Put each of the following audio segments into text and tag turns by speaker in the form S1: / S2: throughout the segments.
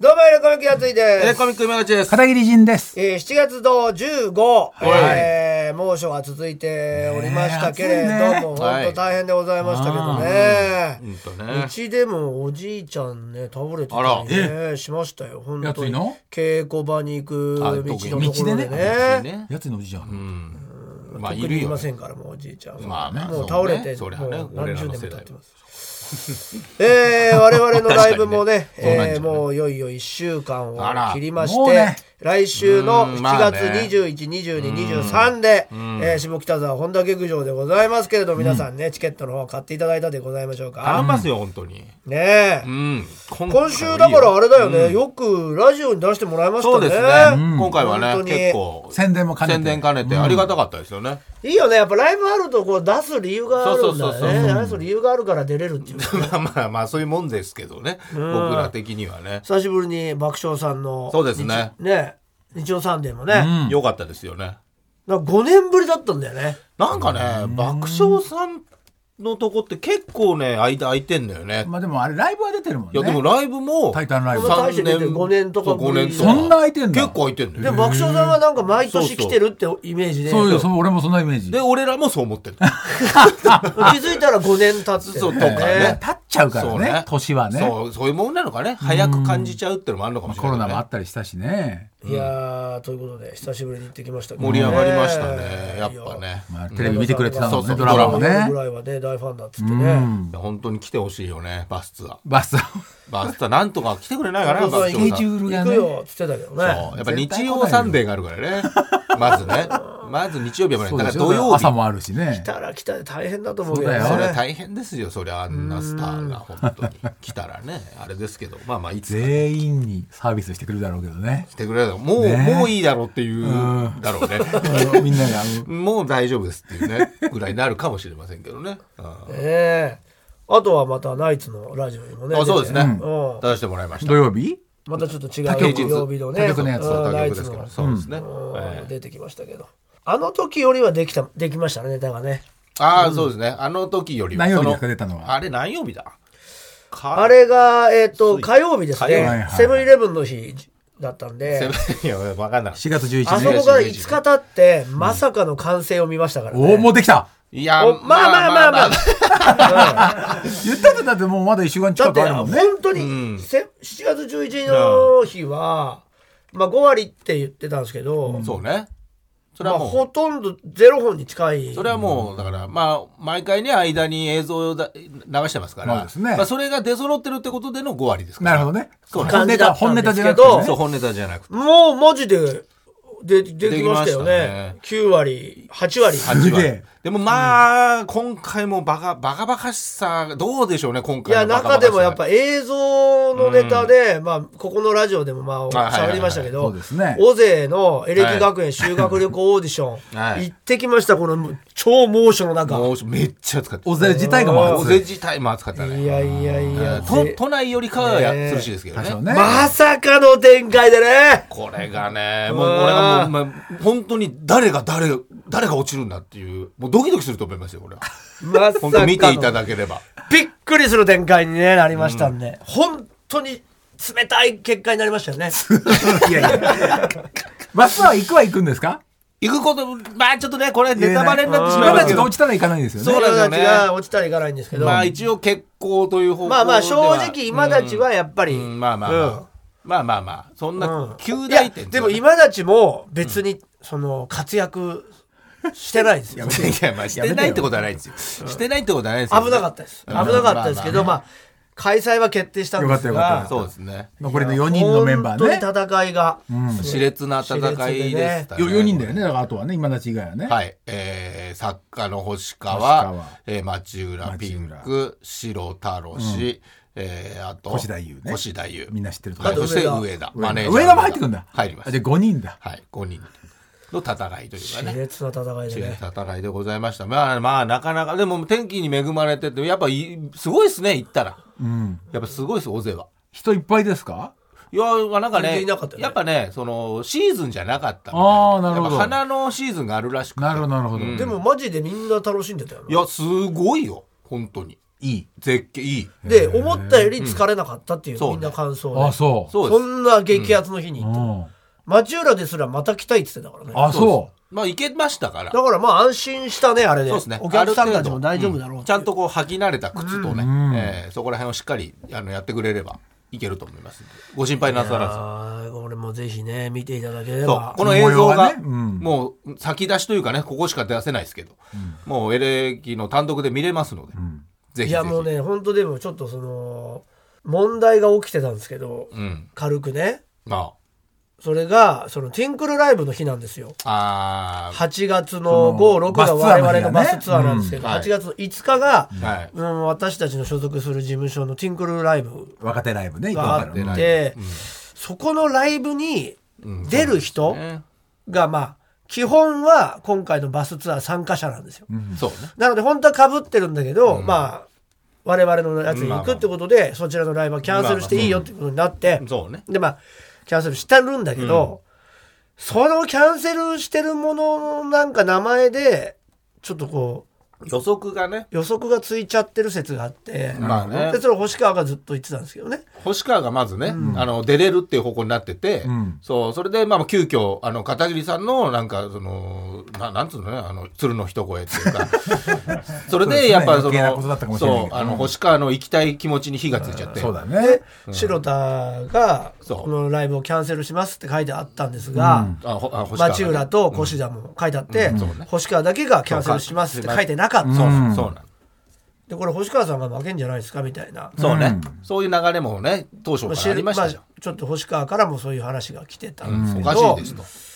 S1: どうも、エレコミックやつい
S2: エレ
S1: です。
S2: コミック今口です。
S3: 片桐仁です。
S1: えー、7月の15、
S2: はい
S1: えー猛暑が続いておりましたけれど
S3: ねえ暑いね
S1: も、本当大変でございましたけどね。
S2: うんと
S1: う
S2: ね。
S1: ちでもおじいちゃんね倒れてたりねしましたよ本
S3: や
S1: 当
S3: つい
S1: に
S3: の
S1: 稽古場に行く道
S2: あ
S1: のところでね
S3: 道でね
S2: ね。
S3: やつのおじじゃ。
S2: うんん。まあい
S1: 特
S2: る
S1: にい
S2: よ
S1: ま
S2: ね。
S1: せんからもうおじいちゃんは、
S2: まあね
S1: もう倒れて
S2: そうねそりゃね
S1: もう何十年も経ってます えー、我々のライブもね
S2: そうなんじゃない
S1: えーもういよいよ1週間を
S2: あら
S1: 切りま
S3: も
S1: し
S3: う
S1: て、
S3: ね
S1: 来週の
S2: うん
S1: 7
S2: まあ
S1: 月
S2: ね
S1: 21、22、23で、えー下北沢本田劇場でございますけれど皆さんね、チケットの方買っていただいたでございましょう
S2: 頼
S1: か、
S2: みますよ本当に。
S1: ねえ
S2: うん。
S1: 今週だからあれだよね、よくラジオに出してもらいましたね
S2: そうですね。今回は
S1: 本
S2: ね
S1: 当に
S2: 結構
S3: 宣伝も兼ねて
S2: 宣伝兼ねてありがたかったですよね。
S1: いいよねやっぱライブあるとこう出す理由があるんだよね
S2: そうそうそうそう
S1: 出す理由があるから出れるっていうね
S2: まあまあまあそういうもんですけどね。僕ら的にはね。
S1: 久しぶりに爆笑さんの
S2: そうですね
S1: 日ね日曜サンデーもね、
S3: うん
S2: 良かったですよね。
S1: なんか5年ぶりだったんだよね
S2: なんかね爆笑さんのとこって結構ね間空いてんだよね。
S3: まあでもあれライブは出てるもん
S2: いやでも
S3: ね。
S2: ライブも
S3: タイタンライブ
S1: こ。の大して出て
S2: 三年
S1: 5年とか
S2: そう五年とか
S3: そんな空いてんだ
S2: 結構空いてんだよ。
S1: で爆笑さんはなんか毎年来てるってイメージで
S3: そうよ、そう俺もそんなイメージ。
S2: で
S3: ね
S2: 俺らもそう思ってる。
S1: 気づいたら5年経ってる
S2: そうとかね
S3: 立っちゃうから
S2: そう
S3: ね、年はね。
S2: そうそういうもんなのかね早く感じちゃうってのもあるのかもしれ
S3: コ
S2: ない、
S3: ロ
S2: ね
S3: ナもあったりしたしね。
S1: いやーということで久しぶりに行ってきましたけどね
S2: 盛り上がりましたねやっぱね、
S3: まあテレビ見てくれてたの
S2: そう
S3: も
S2: そう
S3: ね、ドラマも
S1: 夜ぐ
S3: ね。
S1: らいはね大ファンだっつって
S3: う
S1: ね
S3: ん。
S2: いや本当に来てほしいよねバスツアー
S3: バス。
S2: バスツアーなんとか来てくれないかな
S1: 本当だ
S2: バスツ
S3: ス
S1: そ
S2: ア
S1: う
S3: ケ
S2: ー
S3: ジュールが
S1: 行く
S3: ね。
S1: よっつってたけどね
S2: そうやっぱ日曜サンデーがあるからね まずねまず日曜日はね
S3: そ
S2: だから
S3: うですよ
S2: 土曜日
S3: 朝もあるしね
S1: 来。たら来たで大変だと思うけど
S3: そうだよ
S2: それは
S1: ね
S2: 大変ですよそりゃあんなスターが本当に来たらねあれですけどまあまあいつか来
S3: 全員にサービスしてくれるだろうけどね。
S2: てくれるだろうもう、
S3: ね
S2: もういいだろうっていうだろう ね
S3: みんながあの
S2: もう大丈夫ですってい うねぐらいになるかもしれませんけどね、うん
S1: ええあとはまたナイツのラジオにもね
S2: あそうですね、
S1: 出てうん
S2: 出してもらいました
S3: 土曜日
S1: またちょっと違
S3: 他局
S1: う曜日のね
S3: 他局のやつ
S1: う
S2: そ
S1: ん
S2: う
S1: ナ
S2: 他
S1: イ
S2: 局で
S1: ツ
S2: す
S1: の
S2: からそうですね、
S1: うん
S2: ええ
S1: 出てきましたけどあの時よりはできたできましたねネタがね
S2: ああ、そうですねあの時よりは
S3: 何曜日
S2: その
S3: ですか出たのは
S2: あれ何曜日だか
S1: あれがえっと火曜日です
S2: 火曜日はい
S3: は
S1: ね
S3: い
S1: セブンイレブンの日だったん
S2: セ
S1: で
S2: ブンいや分かんない
S3: ?4 月11
S1: あ
S3: 日
S1: そ
S3: ね。
S1: こから5日経ってまさかの完成を見ましたから
S3: おお、
S1: ね
S3: もうできた
S2: いや
S1: おまあまあまあまあ
S3: 言ったってだってもうまだ1週間
S1: だ
S3: 近
S1: って
S3: くあるも
S1: 本
S3: んね。
S1: 当にせ7月11日の日はまあ5割って言ってたんですけど
S2: そうねそれ
S1: まあ
S2: はもう、
S1: ほとんどゼロ本に近い
S2: それはもうだからまあ毎回ね間に映像をだ流してますから、
S3: そうですね
S2: まあ、それが出揃ってるってことでの5割ですから
S3: なるほどね。
S2: そうね
S3: 本ネタ、本ネタじゃなく
S1: 感じだったんですけど
S3: て
S2: そう
S3: ね。
S2: 本ネタじゃなくて
S1: もうマジででできましたよね
S2: できましたね
S1: 9割8割
S3: げえ
S2: 8割でもまあ、今回もバカバカバカしさどうでしょうね今
S1: い
S2: 回
S1: や
S2: のバカ
S1: 中
S2: バカしさ
S1: でもやっぱ映像のネタで、まあここのラジオでもまあ
S2: はいはい
S1: 喋りましたけ
S3: そ
S1: ど
S3: うですね。
S1: 尾勢のエレキ学園修学旅行オーディション、
S2: はい
S1: 行ってきましたこの超猛暑の中
S2: もうめっちゃ暑かった
S3: おぜ自体が
S2: 大
S3: もう暑
S2: 勢
S3: い。
S2: 自体も暑かったね
S1: いやいやいや、
S2: と
S1: ぜ
S2: 都内よりかはや
S1: ねえ
S2: 涼しいですけど
S3: 多
S2: ね
S3: 少ね。
S1: まさかの展開でね
S2: これがねもうこれがもう、まあ、本当に誰が誰が誰が落ちるんだっていうもうドキドキすると思いますよ これは
S1: まさか
S2: 本当見ていた
S1: の
S2: だければ
S1: びっくりする展開に、ね、なりましたんで、本当に冷たい結果になりましたよね
S3: いやいや。バスは行くは行くんですか
S2: 行くことまあちょっとねこれネタバレになってしまい
S3: ま
S2: ます
S3: だ
S2: け
S3: ち
S2: ど
S3: が落ちたら行かないんですよね。
S2: そうなんですよね
S1: 友達が落ちたらいかないんですけど、
S2: まあ一応結構という方向で
S1: まあ
S2: は
S1: まあ正直今たちはやっぱり、
S2: うんまあまあまあ、
S1: うん
S2: まあまあまあそん
S1: うん
S2: な急大
S1: い
S2: 点
S1: やでも今たちも別に、その活躍してないですよ危
S2: いやまあしてないってことはないですよしてないってことはないですよ
S1: なかったです 危なかったですけど、まあ開催は決定したんです
S3: よかっ
S1: が
S3: たよかっ
S2: そうですね
S3: 残りの4人のメンバーね。
S1: 本当に戦いが、
S2: 熾烈な戦いでしたね
S3: 4人だよね。だからあとはね、今立ち以外はね。
S2: はい、えー、作家の星川
S3: 星川
S2: えー町浦
S3: 町
S2: ピン
S3: 浦
S2: ク白太郎氏、えーあと
S3: 越田優ね
S2: 越田優
S3: みんな知ってると
S2: は
S3: 思
S2: い、
S3: う
S2: そして
S1: 上田
S2: 上田マネージャー
S3: 上田も入ってくんだ。
S2: 入りま
S3: あ
S2: す
S3: じゃあ5人だ。
S2: はい5人の戦いというか
S1: 熾
S2: ね
S1: 烈な戦いで
S2: 違う
S1: ね
S2: 戦いでございましたまあまあなかなかでも天気に恵まれててやっぱいすごいですね行ったら
S3: うん。
S2: やっぱすごいです大勢は
S3: 人いっぱいですか
S2: いやまあなん
S1: 全
S2: かね
S1: 然いなかったよね
S2: やっぱねそのシーズンじゃなかったみたい
S3: あーなるほど
S2: やっぱ花のシーズンがあるらしくて
S3: なるほど、なるほど。
S1: でもマジでみんな楽しんでたよない
S2: やすごいよ本当にいい。絶景、いい。
S1: で思ったより疲れなかったっていう、
S2: うん
S1: みんな感想
S3: あ、
S1: でそ
S3: そう。
S2: そうです。
S1: んな激アツの日に行った、
S3: うん
S1: 町浦ですらまた来たいって言ってたからね
S3: あ、そう。
S2: まあ、行けましたから。
S1: だからまあ安心したねあれで
S2: そうですね。
S1: お客さんたちも
S2: ある程度
S1: 大丈夫だろう
S2: うんちゃんとこう、履き慣れた靴とね、
S3: ん
S2: えーそこら辺をしっかり、あの、やってくれれば、いけると思いますんで。ご心配なさらず。
S1: あー俺もぜひね見ていただけれ
S2: そう
S1: ば
S2: この映像
S3: 模様
S2: が
S3: がねうん
S2: もう先出しというかねここしか出せないですけど、もうエレキの単独で見れますので、ぜひぜひ
S1: いやもうね本当でもちょっとその問題が起きてたんですけど、
S2: うん
S1: 軽くね
S2: ま
S1: それがそのティンクルライブの日なんですよ
S2: ああ
S1: 8月の56が我々のバ
S3: バ
S1: ス
S3: ス
S1: ツ
S3: ツ
S1: ア
S3: ア
S1: ー
S3: ー
S1: な
S3: なんん
S1: で
S3: ですす
S1: けど、
S2: うんはい
S1: 8月の5日が、
S2: ーはい
S1: うん、私たちの所属する事務所のティンクルライブ
S3: 若手ライブね、
S1: があ
S3: 今か
S1: っ
S3: ら。
S1: て、そこのライブに出る人
S2: ね
S1: がまあ基本は今回のバスツアー参加者なんですよ。
S2: そうね
S1: なので本当はかぶってるんだけど、まあ我々のやつに行くってことで、そちらのライブはキャンセルしていいよってことになって、
S2: そうね
S1: でまあキャンセルしてるんだけど、そのキャンセルしてるもののなんか名前でちょっとこう
S2: 予測がね
S1: 予測がついちゃってる説があって、
S2: まあね
S1: でそれを星川がずっと言ってたんですけどね。
S2: 星川がまずね、あの出れるっていう方向になってて、
S3: ん
S2: そうそれでまあ急遽あの片桐さんのなんかそのななんつうのねあの鶴の一声っていう かそれでやっぱそ
S3: そうですね余計なことだったか
S2: の
S3: もしれない
S2: そ
S3: け
S2: う
S3: ど
S2: あの星川の行きたい気持ちに火がついちゃって、
S3: そうだね。
S1: 白田が
S2: そう
S1: このライブをキャンセルしますって書いてあったんですが、
S2: あほあ星川が
S1: 町浦と越田も書いてあって、
S2: そうね
S1: 星川だけがキャンセルしますって書いてなかった、
S2: そうそうなの
S1: でこれ星川さんが負けんじゃないですかみたいな、
S2: そうね、そういう流れもね当初
S1: まあ
S2: からありましたじゃん
S1: まあちょっと星川からもそういう話が来てたんです
S2: お
S1: け
S2: か
S1: ど、
S2: しいですと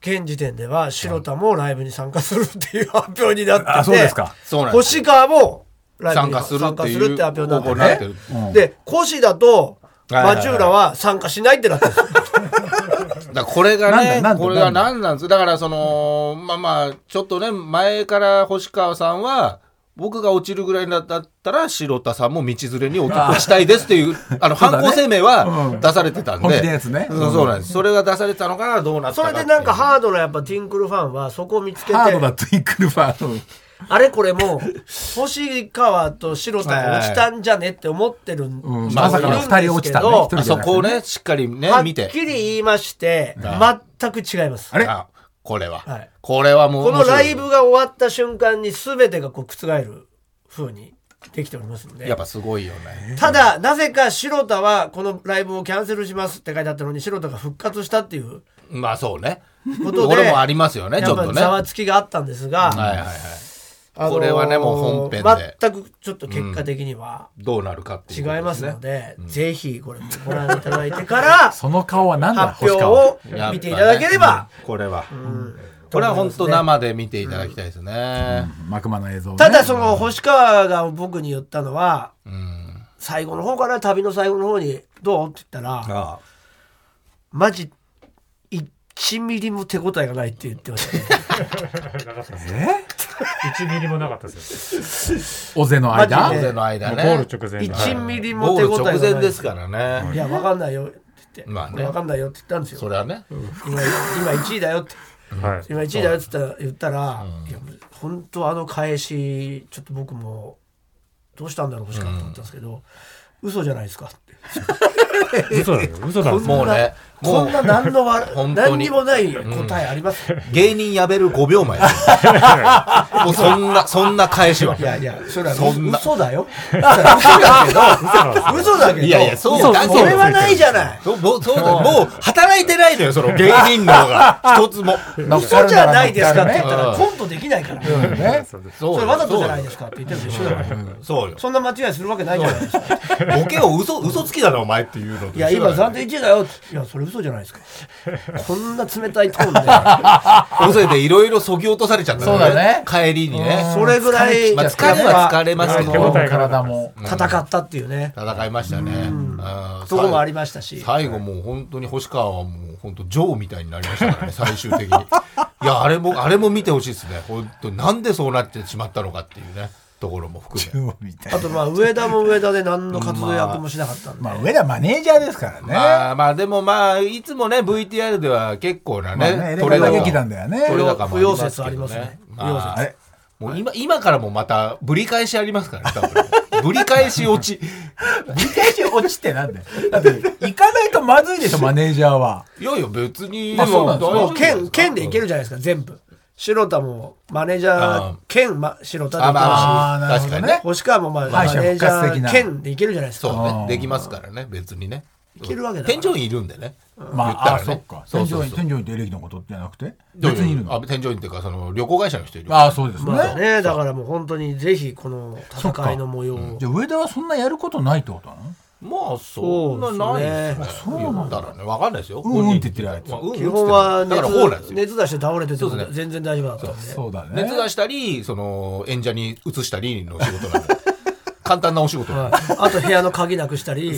S1: 現時点では白田もライブに参加するっていう発表になってて
S3: あ、そうですか。
S2: そうなんです
S1: 星川もライブ
S2: 参
S1: に
S2: 加する
S1: 参
S2: って
S1: 加
S2: い
S1: す
S2: う
S1: るって発表になって
S2: 方向
S1: て
S2: になってる
S3: うん
S1: で越田と
S2: はいはいはい
S1: 町浦は参加しないってなってるんですよ
S2: だからこれがね
S3: なんだなんだ
S2: これが何なんですだからそのまあまあちょっとね前から星川さんは僕が落ちるぐらいだったら白田さんも道連れにお聞きしたいですっていうあの
S3: そうだ
S2: 犯
S3: ね
S2: 行声明
S3: う
S2: は
S3: ん
S2: 出されてたんで、
S3: 本気のやつね
S2: そうそうなんですそれが出されたのかどうなった
S1: そ
S2: か
S1: れでなんか
S2: ー
S1: ハードなやっぱティンクルファンはそこを見つけて
S3: ハードだとインクルファー
S1: あれこれもう星川と白田が落ちたんじゃねって思ってるん人もいるんですけど、
S2: まさかの
S3: 二人落ちたね一人
S2: そこをねしっかりね
S1: はっき
S2: 見て
S1: り言いまして全く違います
S3: あれ
S2: あこれは、
S1: はい
S2: これはもう
S1: このライ
S2: 面
S1: ブが終わった瞬間に全てがこう覆る風にできておりますの
S2: 白いや
S1: で
S2: っぱすごいよね
S1: ただなぜか白田はこのライブをキャンセルしますって書いてあったのに白田が復活したっていう
S2: まあそうね
S1: ことで
S2: 俺もありますよねち
S1: や
S2: ょ
S1: っ
S2: っ
S1: ぱ
S2: とね
S1: ざわ
S2: は
S1: つきがあったんですが、
S2: いはいはい
S1: あのー
S2: これはねもう本編で
S1: 全くちょっと結果的には
S2: どうなるかってい
S1: 違い
S2: うこと
S1: ます
S2: ね
S1: ので、ぜひこれもご覧いただいて から
S3: その顔は何だ、
S1: 発表
S3: 星川。
S1: を見ていただければ、
S2: うんこれは、これは本当生で見ていただきたいですね、
S3: マクマの映像ね。
S1: ただその星川が僕に言ったのは
S2: うん
S1: 最後の方から旅の最後の方に「どう?」って言ったら
S2: あ
S1: 「マジ1ミリも手応えがない」って言ってま したね
S3: え
S4: 1ミリもなかったです
S3: 尾瀬の
S1: マ
S3: 間
S1: ジ
S2: あ
S1: で
S2: での間
S4: よ。もう
S2: ね
S4: ゴール直前の
S1: 1ミリも
S2: ゴ
S1: 手応え
S2: ール
S1: がない
S2: 直前ですからね、
S1: いや分かんないよって言って「
S2: まあね
S1: 分かんないよ」って言ったんですよ
S2: それはね、
S1: 今今1位だよって
S4: はい。
S1: 今1位だよって言ったら言ったらいや本当あの返しちょっと僕もどうしたんだろう星川と思ったんですけど嘘じゃないですかって
S4: 嘘だよ。嘘だ。も
S2: もうねも
S1: こ
S2: うん
S1: な何のわ
S2: 本当に
S1: 何にもない答えあります、
S2: 芸人やめる5秒前 もうそんなそんな返しはい
S1: やいや、それは
S2: そんな
S1: 嘘だ よ。嘘だけど、嘘だけど、
S2: いやいやそう
S1: 嘘
S2: だけど
S1: それはないじゃない。
S2: そうそうそうだよもう働いてないのよその芸人の が一つも
S1: 嘘じゃないですかって言っ
S3: ね。
S1: た
S2: う
S1: ら
S2: ん
S1: コントできないから。そ
S3: ね
S2: そ
S1: れわざとじゃないですすかって言ってるのと一緒だから。
S2: そうよ
S1: そんな間違いするわけないじゃないですか。
S2: ボケを嘘嘘つきだろお前っていうのと
S1: い
S2: 一緒だ
S1: や、
S2: よ
S1: 今暫定1位だよ。いや、それ嘘じゃないですか。こんな冷たいトーン で。
S2: 尾瀬でいろいろそぎ落とされちゃった
S3: そうだね
S2: 帰りにね
S1: それぐらい、
S2: まあ
S1: やっ
S2: 疲れは疲
S1: ぱ
S2: れますけ
S4: 手
S2: ど
S4: 応えが
S3: 体も。
S1: 戦ったっていうね、
S2: 戦いましたねうん
S1: とこもありましたし。
S2: 最後もう本当に星川はもう本当ジョーみたいになりましたからね最終的にいやあれもあれも見てほしいですね本当になんでそうなってしまったのかっていうねところも含め
S3: みたい
S1: あ
S3: な
S1: と、まあ、上田も上田で何の活動役もしなかったん
S3: まあ、
S1: で。
S3: 上田マネージャーですからね。
S2: まあまあでもまあいつもね VTR では結構な
S3: まあね
S2: ね
S3: エレガタ劇団だよね
S2: トレ高
S1: 不
S2: もありま
S1: 要
S2: すけど
S1: 説ありますね。不
S2: ま
S1: 要
S2: あ
S1: 説。
S3: あれ
S2: もう今、今からもまた、ぶり返しありますからね、 多分。ぶり返し落ち。
S3: 自転車落ちてなんだよ。だって、行かないとまずいでしょ、マネージャーは。
S2: いやいや、別に。
S3: まあそうなんですよ
S2: 大丈
S1: もう
S2: 夫じゃな
S1: 県
S2: い
S1: 県でいけるじゃないですか全部白田もマネージャ
S2: あ
S1: ー兼、ま、白田で
S2: あ、
S1: いけるし、
S2: まあ
S3: あー
S2: ま
S3: な
S2: あ、
S3: るほ
S2: 確
S3: ど
S2: か
S3: ね
S2: にね。
S1: 星川もまあ、
S3: 敗
S1: マ
S3: 者
S1: ネー
S3: 復
S1: ジ
S3: 活
S1: ャ
S3: 的な
S1: ー兼でいけるじゃないですか
S2: そう
S3: あー
S2: ね。できますからね、別にね。い
S1: けるわけだから
S2: 天井員いるんでね。
S3: ま
S2: 言った
S3: あ、
S2: ら
S3: あ、
S2: ね
S3: そっか。
S2: そ
S3: 天
S2: う
S3: 井
S2: そう
S3: 員、
S2: そう
S3: 天井員ってエレキのことじゃなくて別にいるの
S2: あ添乗員っていうか、その、旅行会社の人いる。
S3: ああ、そうですね。
S1: まあねだからもう本当にぜひこの戦いの模様を
S3: じゃあ、上田はそんなやることないってことなの
S2: まあ、そんなないですね。
S3: そうですねあそうなん
S2: 言った
S3: だ
S2: らね、わかんないですよ。
S3: うんうんって言ってるやつ
S2: まあうんうん
S1: 基本は
S2: って言ってるだから、ほうなんです
S1: 熱
S2: よ。
S1: 熱出して倒れてても
S2: そうですね
S1: 全然大丈夫だったんで
S3: そうだね。
S2: 熱出したり、その、演者に移したりの仕事なん で。簡単なお仕事なんで。
S1: はいあと部屋の鍵なくしたり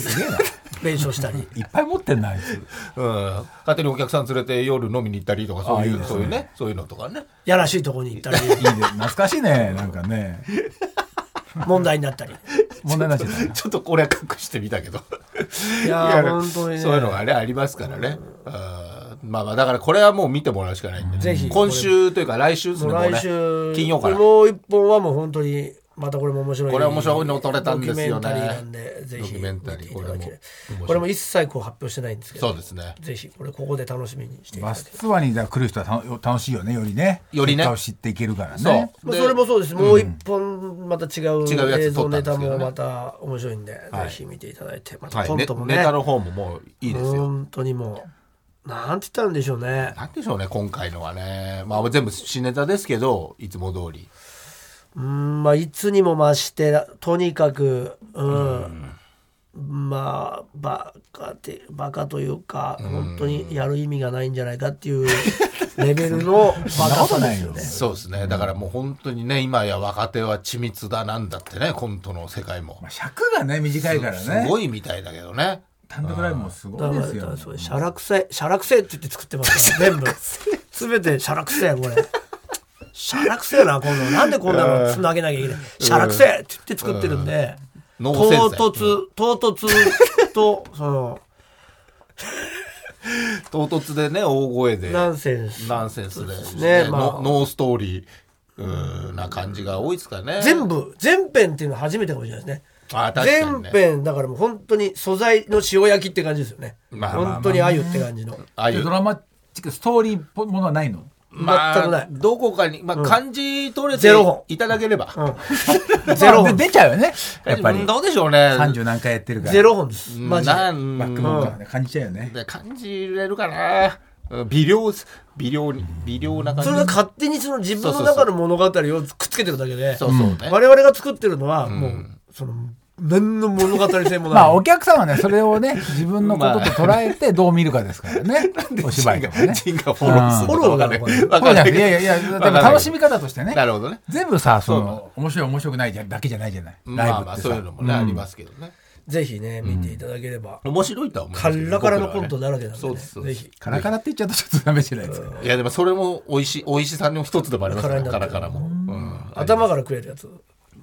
S1: 弁償したり
S3: いっぱい持ってんな、あいつ。
S2: うん。勝手にお客さん連れて夜飲みに行ったりとか、そうい、
S3: あいいうです
S2: そ
S3: ね
S2: ういうね、そういうのとかね。
S1: やらしいとこに行ったり
S3: いいね。懐かしいね。なんかね。
S1: 問題になったり
S3: 問題になっちゃった ね。
S2: ちょっとこれは隠してみたけど。
S1: いやー
S2: いや
S1: 本当にね
S2: そういうのがね、ありますからね。あーまあまあ、だからこれはもう見てもらうしかないんで。
S1: ぜひ
S2: 今週というか来週です
S1: も
S2: ね、
S1: う
S2: もう
S1: 来
S2: ね
S1: 週
S2: 金曜から。
S1: もう一本はもう本当にまたこれも面白い
S2: これ面白いの撮れたんです
S1: ドキュメ
S2: よね
S1: ンタリーなんでぜひ
S2: ドキュメンタリ
S1: 見
S2: ー
S1: ていただければ
S2: これも
S1: これも一切こう発表してないんですけど
S2: そうですね。
S1: ぜひこれここで楽しみにしていた
S3: バ
S1: だけ
S3: ス
S1: れば
S3: ツアーにだから来る人はたの楽しいよね、よりね。
S2: よりね
S3: 結果を知っていけるからね。
S2: そう。
S1: まあ
S2: で
S1: それもそうですもう一本また違う
S2: 違うや
S1: 映
S2: つ撮
S1: 像ネ
S2: ったんで
S1: タ
S2: すけどね
S1: もまた面白いんでぜ
S2: はい
S1: ひ見ていただいてまた
S2: はい、
S1: コン
S2: ね
S1: トも
S2: ネ
S1: ね
S2: タの方ももういいですよ。
S1: 本当にもうなんて言ったらいいんでしょうね
S2: なんでしょうね、今回のはね。まあ全部新ネタですけど、いつも通り。
S1: うーんまあいつにも増してとにかくうんまあバカでバカというか本当にやる意味がないんじゃないかっていうレベルのバ
S3: んな
S1: カ
S3: こ
S1: さで
S3: とない
S1: すよ
S3: よ
S1: ね。
S2: そうですね。だからもう本当にね、今や若手は緻密だなんだってね、コントの世界も
S3: まあ。尺がね、短いから
S2: す
S3: ね。
S2: ごいみたいだけどね。
S3: 単独ライブもすご
S1: だ
S3: い
S1: か
S3: で
S1: ら
S3: す
S1: だか
S3: よ
S1: ら。そういうしゃらくせえしゃらくせえって言って作ってますから全部すべてしゃらくせえこれしゃらくせえなこんなのなんでこんなのつなげなきゃいけないしゃらくせえって言って作ってるんで
S2: ノ
S1: 唐
S2: ーセンスだよ
S1: 突唐突とその
S2: 唐突でね、大声で。
S1: ナンセンス
S2: ナンセンスで
S1: うですねまあ
S2: ノノーストーリーうーんな感じが多いですかね。
S1: 全部全編っていうのは初めてかもしれないですね
S2: あ確かに
S1: 全
S2: ね
S1: 編だからもう本当に素材の塩焼きって感じですよね
S2: まあまあまあ
S1: 本当にあゆって感じの
S2: ああい
S3: で
S2: う
S3: ドラマチック、ストーリーっぽいものはないの
S2: ま
S1: 全くな
S2: あ
S1: い、
S2: どこかに、まあ、感じ取れて
S1: ゼロ本
S2: いただければ。
S1: ゼロ
S3: まあで出ちゃうよね。やっぱ
S2: うん
S3: り。
S2: どうでしょうね。
S3: 30何回やってるから。
S1: ゼロ本です
S2: うん
S1: マジで
S2: なん
S3: バックボーンからね、感じちゃうよね。
S2: で感じれるかな。うん微量です、微量に、微量な感じ。
S1: それが勝手にその自分の中の物語をくっつけてるだけで
S2: そうそうね。
S1: 我々が作ってるのはもうその何の物語性もない
S3: まあ、お客さんはね、それをね、自分のことと捉えてどう見るかですからね。お芝居とかね。
S2: 人がフォローするのかわかんない
S1: フォローなの
S2: わ
S3: そ
S2: か
S3: うんじ
S2: な
S3: ゃないく
S2: け
S3: て
S2: ど
S3: いやいやいや、で
S2: わかん
S3: も
S2: ない
S3: 楽しみ方として ね。
S2: なるほどね。
S3: 全部さ、そ
S2: そ
S3: の、面白い面白くないじゃだけじゃないじゃない。ライ
S2: まあ
S3: ブ
S2: ま
S3: っ
S2: あ、
S3: て
S2: そうい
S3: さ
S2: うの。もね、ありますけどね。
S1: ぜひね見ていただければ
S2: 面白いとは思い
S1: カ
S2: ますけど
S1: ラカラのコントだらけなんで
S2: そう
S1: ね
S2: ですそう
S1: ぜ
S2: です
S1: ひ
S3: カラカラって言っちゃうとちょっとダメじゃないですか。
S2: いやでもそれも美味しい美味しさの一つでもありますから
S1: カ
S2: カ
S1: ラ
S2: ラ
S1: カ
S2: カラも、うん
S1: 頭から食えるやつ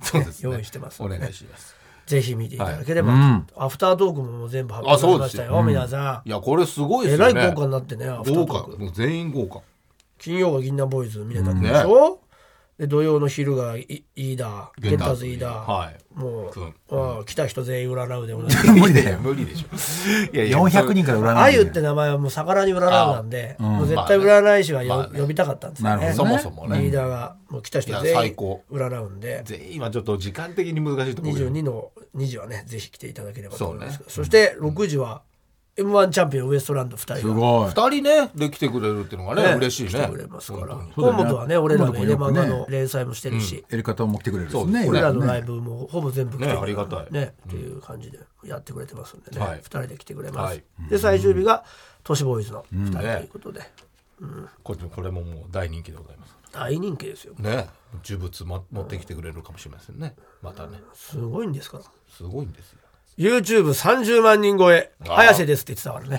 S2: そうですね
S1: 用意してます
S2: お願いします
S1: ぜひ見ていただければアフタートークももう全部発
S2: あ
S1: 表さ
S2: そ
S1: れ
S2: う
S1: ま
S2: で
S1: し
S2: す
S1: た
S2: よ
S1: よ皆さん
S2: いやこれすごいで
S1: え
S2: すよ
S1: らい
S2: ね
S1: 豪華になってねアフター
S2: 豪
S1: トー
S2: 華
S1: ク
S2: もう全員豪華
S1: 金曜が銀杏ボーイズ宮田君でしょ、で土曜の昼がい飯田ゲッターズ飯田、
S2: はい
S1: もう、
S2: 君
S1: ああ来た人全員占うでおなじみ
S3: 無理だよ。
S2: 無理でしょい やいや
S3: 400人から占う。
S1: あゆって名前はもう魚に占うなんで、もう絶対占い師はよ、
S2: まあね
S1: 呼びたかったんですよね
S3: なる
S2: そ
S3: ほど
S2: も
S3: ね
S2: そも
S1: リ
S2: ね
S1: ーダーがもう来た人
S2: いや
S1: 全員
S2: 最高
S1: 占うんで
S2: 全員はちょっと時間的に難しいところ
S1: 22の2時はねぜひ来ていただければと思いますそ,、して6時は m 1チャンピオンウエストランド2人が
S3: すごい。
S2: 2人ねで来てくれるっていうのがね嬉しい
S1: 来
S2: ね
S1: てくれますから
S2: 本
S1: 河本はね俺らのエレマガ
S3: 河本も
S1: の
S3: よ
S1: 連載もしてるし、
S3: やり方も来てくれるし
S2: そう
S3: ね。
S2: こ
S1: 俺
S2: れ
S1: らのライブもほぼ全部来てくれる
S2: ねありがたい
S1: ねっていう感じでやってくれてますんでね、
S2: はい
S1: 2人で来てくれます、
S2: はい
S1: で最終日が都市ボーイズの2人ということで、
S2: これこれももう大人気でございます
S1: 大人気ですよ
S2: ね呪物も持ってきてくれるかもしれませんねまたね
S1: すごいんですから
S2: すごいんですよ
S1: YouTube30 万人超え早瀬ですって言ってたから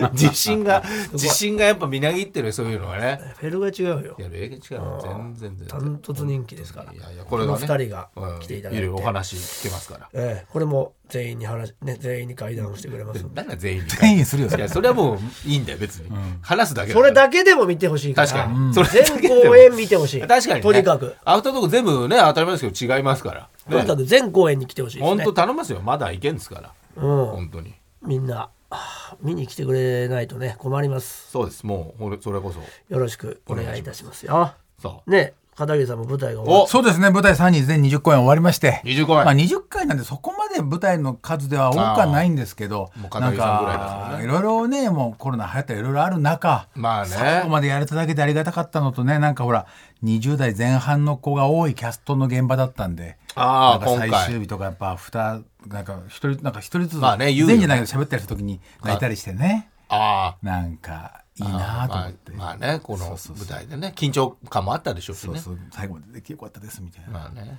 S1: ね
S2: 自信が、 自信がやっぱみなぎってる、そういうのはね。
S1: フェルが違うよ
S2: いや、礼儀違うの。全然全
S1: ダ
S2: 然。
S1: ントツ人気ですから
S2: いやいや、
S1: こ
S2: これ
S1: の
S2: がね。
S1: 2人が
S2: うん
S1: 来ていただい
S2: い
S1: て
S2: ろいろお話聞けますから。
S1: ええこれも全員に話、ね、全員に会談をしてくれますんで
S2: なんだ全員に。
S3: 全員するよそ
S2: い
S3: れ
S2: や、それはもういいんだよ、別に。話すだけ
S1: それ
S2: から
S1: だけでも見てほしいから
S2: 確かに。それだけ
S1: 全
S2: でも
S1: 公演見てほしい
S2: 確かにね。
S1: とにかく
S2: アウトドア全部ね、当たり前ですけど違いますか
S1: と
S2: ら。
S1: に
S2: ね
S1: かく全公演に来てほしいです
S2: 本
S1: ね
S2: 当頼ますよ。まだいけんですから。本当に。
S1: うん、みんなはあ見に来てくれないとね困ります
S2: そうです。もう、ほれそれこそ。
S1: よろしくお願いいたしますよ
S2: さあ。
S1: ね片桐さんも舞台が終わっ
S2: お
S3: そうですね舞台3人全20公演終わりまして
S2: 20公演
S3: まあ、20回なんでそこまで舞台の数では多くはないんですけど
S2: あーもう片
S3: なん
S2: 桐さんぐらいだもん
S3: か
S2: ね
S3: いろいろねもうコロナ流行ったりいろいろある中
S2: まあね
S3: 最後までやれただけでありがたかったのとねなんかほら20代前半の子が多いキャストの現場だったんで
S2: ああ、
S3: なん
S2: 今
S3: か最終
S2: 回。
S3: 日とかやっぱ二なんか一人なんか一人ずつ
S2: まあね言うよね
S3: 全員じゃないけど喋ったりした時に泣いたりしてね、
S2: ああ。
S3: なんかいいなと思って、
S2: まあまあね、この
S3: そうそうそ
S2: 舞
S3: う
S2: 台でね、緊張感もあったでしょうし
S3: そう
S2: ね。
S3: そう最後までできてよかったですみたいな、
S2: まあね。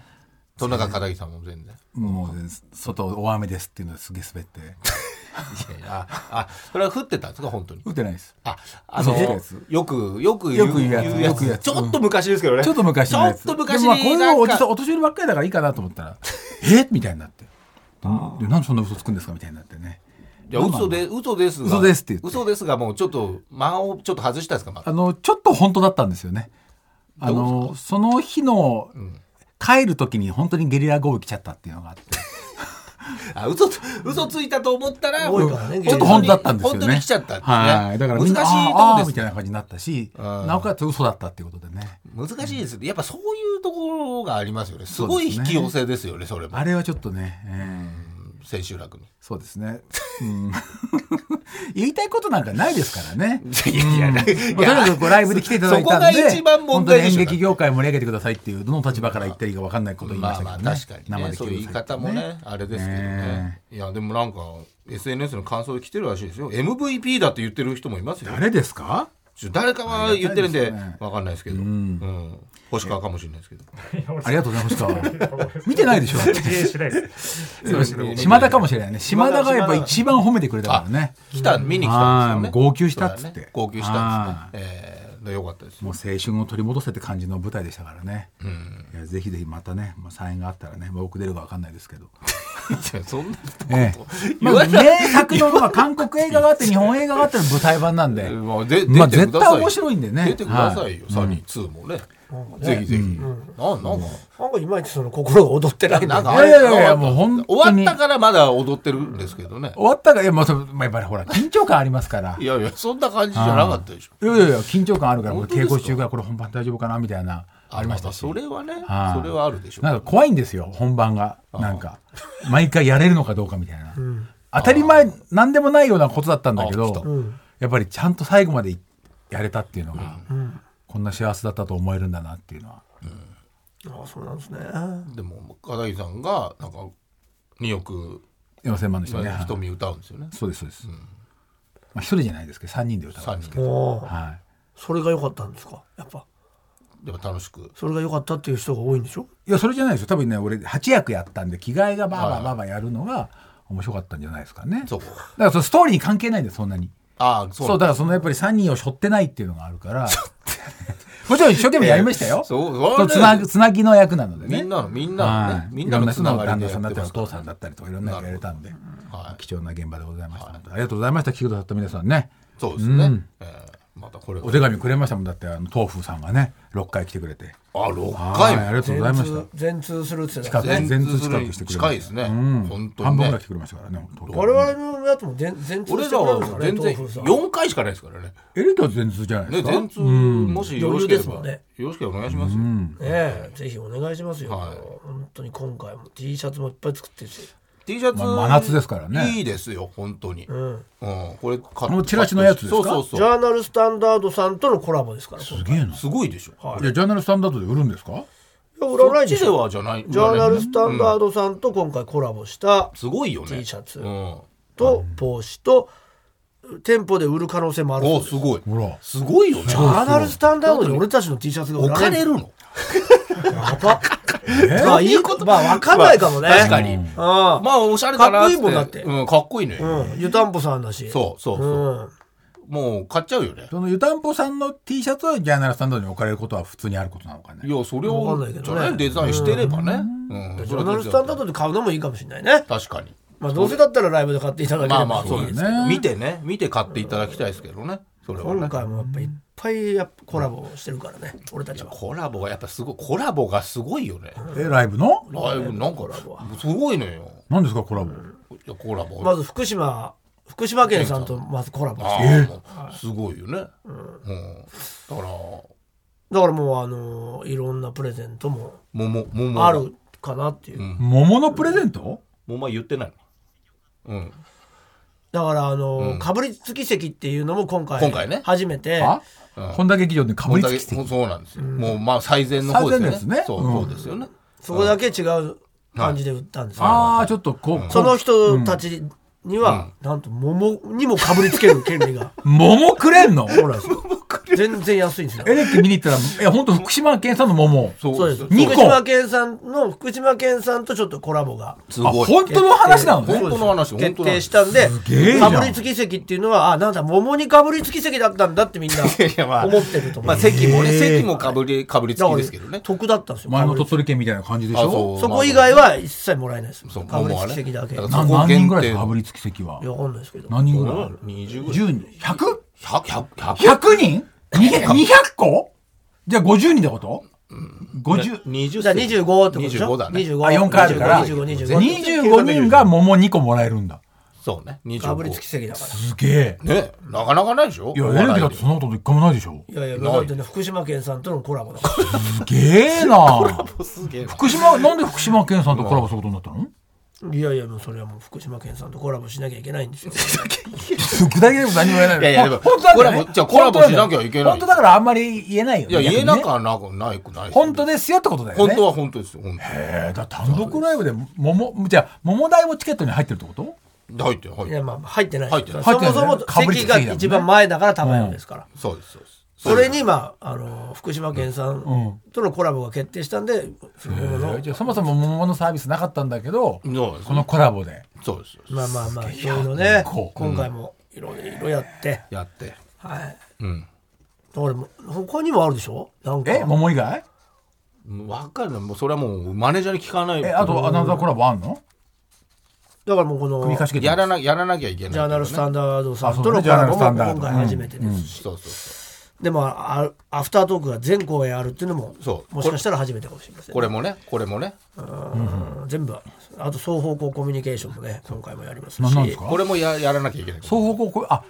S2: そんな中、片桐さんも全然。
S3: もう全然外大雨ですっていうのですげえ 滑って
S2: いやいやあ、あそれは降ってたんですか、本当に。
S3: 打てないです
S2: あ、あの
S3: そうそうです、
S2: よく、よく
S3: よく言うやつよく言うやつ
S2: ちょっと昔ですけどね。
S3: ちょっと昔のやつ
S2: ちょっと昔
S3: で
S2: に
S3: もまあこういうのおじ
S2: なん
S3: さん
S2: か
S3: お年寄りばっかりだからいいかなと思ったら えみたいになってんでなんでそんな嘘つくんですかみたいになってね
S2: いや、嘘で、嘘ですが。
S3: 嘘ですって言って
S2: 嘘ですが、もうちょっと、間をちょっと外したんですか、ま
S3: あ
S2: あ、
S3: のちょっと本当だったんですよねあ
S2: どう
S3: のその日の帰る時に本当にゲリラ豪雨来ちゃったっていうのがあって
S2: あ嘘つ、嘘ついたと思ったら、
S1: 多いからね
S2: もう
S1: ち
S3: ちょっと本当だったんですよね。
S2: 本当に来ちゃったんですね。
S3: はい。だから
S2: 難しいと
S3: あ
S2: こ
S3: あ
S2: で
S3: み
S2: す
S3: たい
S2: ね
S3: な感じになったし、
S2: うん
S3: なおかつ嘘だったっていうことでね。
S2: 難しいですね。やっぱそういうところがありますよね。すごい
S3: そうです
S2: 引
S3: ね
S2: き寄せですよね、それも
S3: あ。れはちょっとね、えー
S2: 千秋楽に。
S3: そうですね。うん 言いたいことなんかないですからね。
S2: いやいや、い
S3: まあとにかくこうライブで来ていただいたん
S2: そ
S3: で、
S2: こが一番問
S3: 本当
S2: 題
S3: に
S2: でしょ
S3: 演劇業界盛り上げてくださいっていう、どの立場から言っていいか分かんないことを言いま
S2: ま
S3: し
S2: あ
S3: た
S2: まあ
S3: けどね。
S2: 確かにね、そういう言い方もね、あれですけどね
S3: ね。
S2: いや、でもなんか、SNS の感想で来てるらしいですよ。MVP だって言ってる人もいますよ。
S3: 誰ですか
S2: ちょ誰かは言ってるん
S3: あ
S2: で
S3: りがたいです、ね
S2: わかんないですけど。うん。星川かもしれないですけど。
S3: ありがとうございま した。見てないでしょ
S4: 否定しないです。
S3: 島田かもしれないね。島田がやっぱ一番褒めてくれたからね。
S2: 来た、見に来たんですよね。
S3: はいもう号泣したっつって
S2: そうだね号泣したんですね。えーでよかったです。
S3: もう青春を取り戻せって感じの舞台でしたからね、いやぜひぜひまたね、まあ、再演があったらね、まあ、僕出るか分かんないですけど、
S2: いやそんな
S3: ええ
S2: 言
S3: ま
S2: わ
S3: あ、
S2: ない
S3: 名作のまあ韓国映画があって日本映画があっての舞台版なんで、
S2: まあ、で
S3: まあ
S2: 出てくださ
S3: 絶
S2: い
S3: 対面白いんでね
S2: 出てくださいよ、サニー2もね。ぜひぜひ。なんなんか、
S1: なんかいまいちその心が踊ってないんだ
S2: な
S1: よね
S2: んかあれ
S3: いやいやいやもう本当に
S2: 終わったからまだ踊ってるんですけどね。
S3: 終わったから、いやまあそうまあ、やっぱりほら緊張感ありますから
S2: いやいや、そんな感じじゃなかったでしょ。
S3: いやいやいや緊張感あるからこ
S2: 本当
S3: れ
S2: ですか
S3: 稽古中からこれ本番大丈夫かなみたいなありましたし
S2: それはね、
S3: はい
S2: それはあるでしょう。
S3: なんか怖いんですよ本番がなんか毎回やれるのかどうかみたいな、当たり前何でもないようなことだったんだけ
S2: あ来
S3: ど、
S2: た
S3: やっぱりちゃんと最後までやれたっていうのが、こんな幸せだったと思えるんだなっていうのは
S1: あそうなんですね
S2: でも、片桐さんが、なんか、2億、
S3: 4000万の人ね、はい
S2: 瞳歌うんですよね。
S3: そうですそうです、まあ、一人じゃないですけど3人で歌うんですけ
S1: お
S3: ど、
S1: お
S3: はい、
S1: それが良かったんですかやっぱ
S2: でも楽しく。
S1: それが良かったっていう人が多いんでしょ
S3: いやそれじゃないですよ多分ね俺8役やったんで着替えがバーバーバーバーやるのが面白かったんじゃないですかね
S2: そう
S3: だからそのストーリーに関係ないんですそんなに
S2: ああ、そ
S3: そうう
S2: なんだ。
S3: だからそのやっぱり3人を背負ってないっていうのがあるから もちろん一生懸命やりましたよ、
S2: そう
S3: そ
S2: そう
S3: うつなぐつなぎの役なので
S2: み
S3: ね
S2: んなの、みんなの
S3: は
S2: ね、
S3: い
S2: みん
S3: い
S2: な
S3: ろ
S2: の
S3: んな
S2: つ
S3: 人
S2: な
S3: の
S2: がり
S3: 旦
S2: で
S3: 那
S2: や
S3: さん
S2: っま
S3: だってたり
S2: す
S3: お父さんだったりとかいろんな役やれたんで、
S2: はい。
S3: 貴重な現場でございました、ありがとうございました来てくださった皆さんね
S2: そうですね。えーまたこれが
S3: お手紙くれましたもんだってあの豆腐さんがね6回来てくれて
S2: あ、6
S3: は
S2: 回
S3: いあ
S2: も。
S3: りがとうございました
S1: 全通するって言ってた
S3: 近
S1: から
S3: く
S1: ね
S2: 全
S3: 全
S2: 通
S3: 通
S2: す
S3: 近
S2: る
S3: くしてくれ
S2: 近いですね
S3: うん
S2: 本当にね
S3: 半分ぐらい来てくれましたからね東京
S1: 我々のやつも全全通
S2: 俺
S1: して
S2: ら
S1: くれるんです
S2: は
S1: かね
S2: 全然
S1: 豆腐さん
S2: 4回しかないですからね。
S3: エリートは全通じゃない
S2: ね、
S3: ですか、
S2: 全通、もしよろしければ、よ
S1: 余裕です
S2: ろしければお願いしますよ。
S1: ねえぜひお願いしますよ、
S2: はい
S1: 本当に今回も T シャツもいっぱい作ってるし
S2: T シャツ、
S3: まあ真夏ですからね
S2: いいですよ、本当に。うんん。これ、こ
S3: のチラシのやつですか
S2: そうそう
S1: ジ
S2: そう。
S1: ャーナルスタンダードさんとのコラボですから
S3: すげえな、
S2: すごいでしょ。
S3: いやジャーナルスタンダードで売るんですか
S1: いや売ら
S2: そ
S1: な
S2: っ
S1: いで
S2: ち
S1: し
S2: で
S1: ょ
S2: はじゃない。
S1: ジャーナルスタンダ
S2: ー
S1: ードさんと今回コラボした
S2: すごいよね。
S1: T シャツ
S2: うん。
S1: と帽子と店舗で売る可能性もあるそう
S2: お、
S1: です
S2: すごい。
S3: ほら
S2: すごいよね。
S1: ジャーナルスタンダードに俺たちの T シャツが売
S2: 置
S1: ら
S2: か
S1: れ
S2: れ
S1: る
S2: るの
S1: まあいいこと、まあわかんないかもね。
S2: 確かに。
S1: あ
S2: まあ、おしゃれだなっ
S1: かっこ
S2: て。
S1: いいもんだって
S2: うん、かっこいいね。
S1: あ、うん、湯たんぽさんだし。
S2: そうそうそう。
S1: うん。
S2: もう、買っちゃうよね。
S3: その湯たんぽさんの T シャツはギャナラスタンドに置かれることは普通にあることなのか
S2: い
S3: ね。
S2: や、それ
S1: わかん
S2: を
S1: ないけ、
S2: じ
S1: ど
S2: ゃ
S1: ね
S2: ね、デザインしてればね。うん。
S1: ジョナルスタンダードで買うのもいいかもしれないね。
S2: 確かに。
S1: まあどうせだったらライブで買っていただければ。
S2: まあまあ、そうです
S3: そうです
S2: ね。
S3: ね
S2: 見てね、見て買っていただきたいですけどね。それはね
S1: 今。回もやっぱいっぱいやっぱコラボしてるからね、俺たちは。
S2: コラボがやっぱすごい、コラボがすごいよね。
S3: え、ライブの
S2: ライブなんかすごいのよ。
S3: 何ですか、コラボ。
S2: いやコラボ。
S1: まず福島、福島県さんとまずコラボし
S2: あ
S1: て。
S2: あすごいよね。うん。だから、
S1: だからもうあのーいろんなプレゼントも
S2: 桃、桃。
S1: あ。るかなっていう。
S3: 桃のプレゼント
S2: 桃は言ってないの。うん。
S1: だからあのーかぶりつき席っていうのも今回、
S2: 今回ね
S1: 初めて。
S3: あ本田劇場でかぶりつき
S2: も
S3: 席
S2: うそうなんですよ。もう、まあ、最善の方ですよね。
S3: 最善ですね
S2: そう、
S3: うん
S2: そうですよね。
S1: そこだけ違う感じで売ったんですよ。
S3: ああ、ちょっとこう、
S1: その人たちには、なんと桃にもかぶりつける権利 が。
S3: 桃くれんの
S1: そうなんですよ。全然安いんですよ。
S3: エレキ見に行ったら、いや、ほんと福島県産の桃。
S2: そ
S1: そうです。
S3: 二個
S1: 福島県産の福島県産とちょっとコラボが
S2: す
S3: あ、
S2: ごい。
S3: 本当の話なの
S2: えー
S3: ね。
S2: 本当の話
S1: 決
S2: 本当の話
S1: 定したんで
S3: げえじ、
S1: か
S3: ゃん
S1: ぶりつき席っていうのは、あ、なんだ、桃にかぶりつき席だったんだってみんな
S2: いやまあ
S1: 思ってると思う。
S2: まあ、席もね、
S3: へー
S2: 席もかぶり、かぶりつ
S1: だか
S2: き
S1: ら
S2: ですけどね。
S1: 得だったんですよ。
S3: 前の
S1: かぶりつ
S3: 鳥
S1: き
S3: 取県みたいな感じでし
S2: あそ
S3: ょ
S2: う
S1: そこ以外は一切もらえないです。
S2: そう
S1: かぶりつき席だけ。いや、
S2: もうあれ
S1: わ
S3: な
S2: そこ
S3: 何人ぐらいです
S2: 限定の
S3: か、かぶりつき席は。
S1: かんないですけど。
S3: 何人ぐらい
S2: 20ぐらい。
S3: ?10 人 ?100?100
S2: 100、100、100
S3: 100人 ?200 個じゃあ50人ってこと50。
S2: 20
S1: じゃあ25ってことでしょ
S2: 25だね。
S1: 25
S3: あ、4回あるから。
S1: 25 25
S3: 25人が桃2個もらえるんだ。
S2: そうね。25。
S1: かぶりつき席だか
S3: すげえ。
S2: ねなかなかないでしょ
S3: いや、エレキだってそんなこと一回もないでしょ。
S1: ら。いやいや、だってね、福島県産とのコラボだから。
S3: すげえな
S2: すげえな
S3: 福島、なんで福島県さんとコラボすることになったの
S1: いやいや、もうそれはもう福島県産とコラボしなきゃいけないんですよ。
S3: 具体的にも何も言えない
S2: いやいやでも
S3: 本当なんだ
S2: コ
S3: よね
S2: ラボじゃあコラボしなきゃいけない
S3: 本当だからあんまり言えないよ
S2: い
S3: ね。
S2: や、言え
S3: 逆
S2: な
S3: にね
S2: くはなくないくない。
S3: 本当ですよってことだよね。
S2: 本当は本当ですよ。本
S3: えーだ単独ライブで桃、じゃあ、桃代もチケットに入ってるってこと
S2: 当入ってる、入っ
S1: い
S2: てる
S1: や、まあ、入ってない。
S2: 入ってない
S1: そもそ
S3: 入っ
S1: も
S3: てないね
S1: 席が一番前だから食べるんですから。
S2: そうです、そうです。
S1: それに、まあ、あの、福島県産とのコラボが決定したんで、そこの
S3: じゃあそもそも桃のサービスなかったんだけど、
S2: そうです
S3: このコラボで。
S2: そうです。
S1: まあまあまあ、いろいろね、
S3: こう
S1: 今回もいろいろやって、
S2: やって。
S1: はい。
S2: うん。
S1: だからもう、他にもあるでしょなんか。
S3: え、桃以外
S2: わかるな。もうそれはもうマネージャーに聞かない。
S3: え、あとアナザーコラボあんの
S1: だからもうこの、
S3: 組み
S1: ジ
S3: 貸し切り
S2: やらな、やらなきゃいけない。
S1: ャーナルスタ
S2: ン
S1: ンダードさんとのコラボも今回初めてですし。
S2: そうそうそ
S1: でも、あアフタートークが全公演あるっていうのも、
S2: そう
S1: もしかしたら初めてかもしれません
S2: う。。これもね、これもね。
S1: うん全部あと双方向コミュニケーションもね今回もやりますし
S3: 何なんですか
S2: これもややらなきゃいけない。
S3: 双方向こう、あ、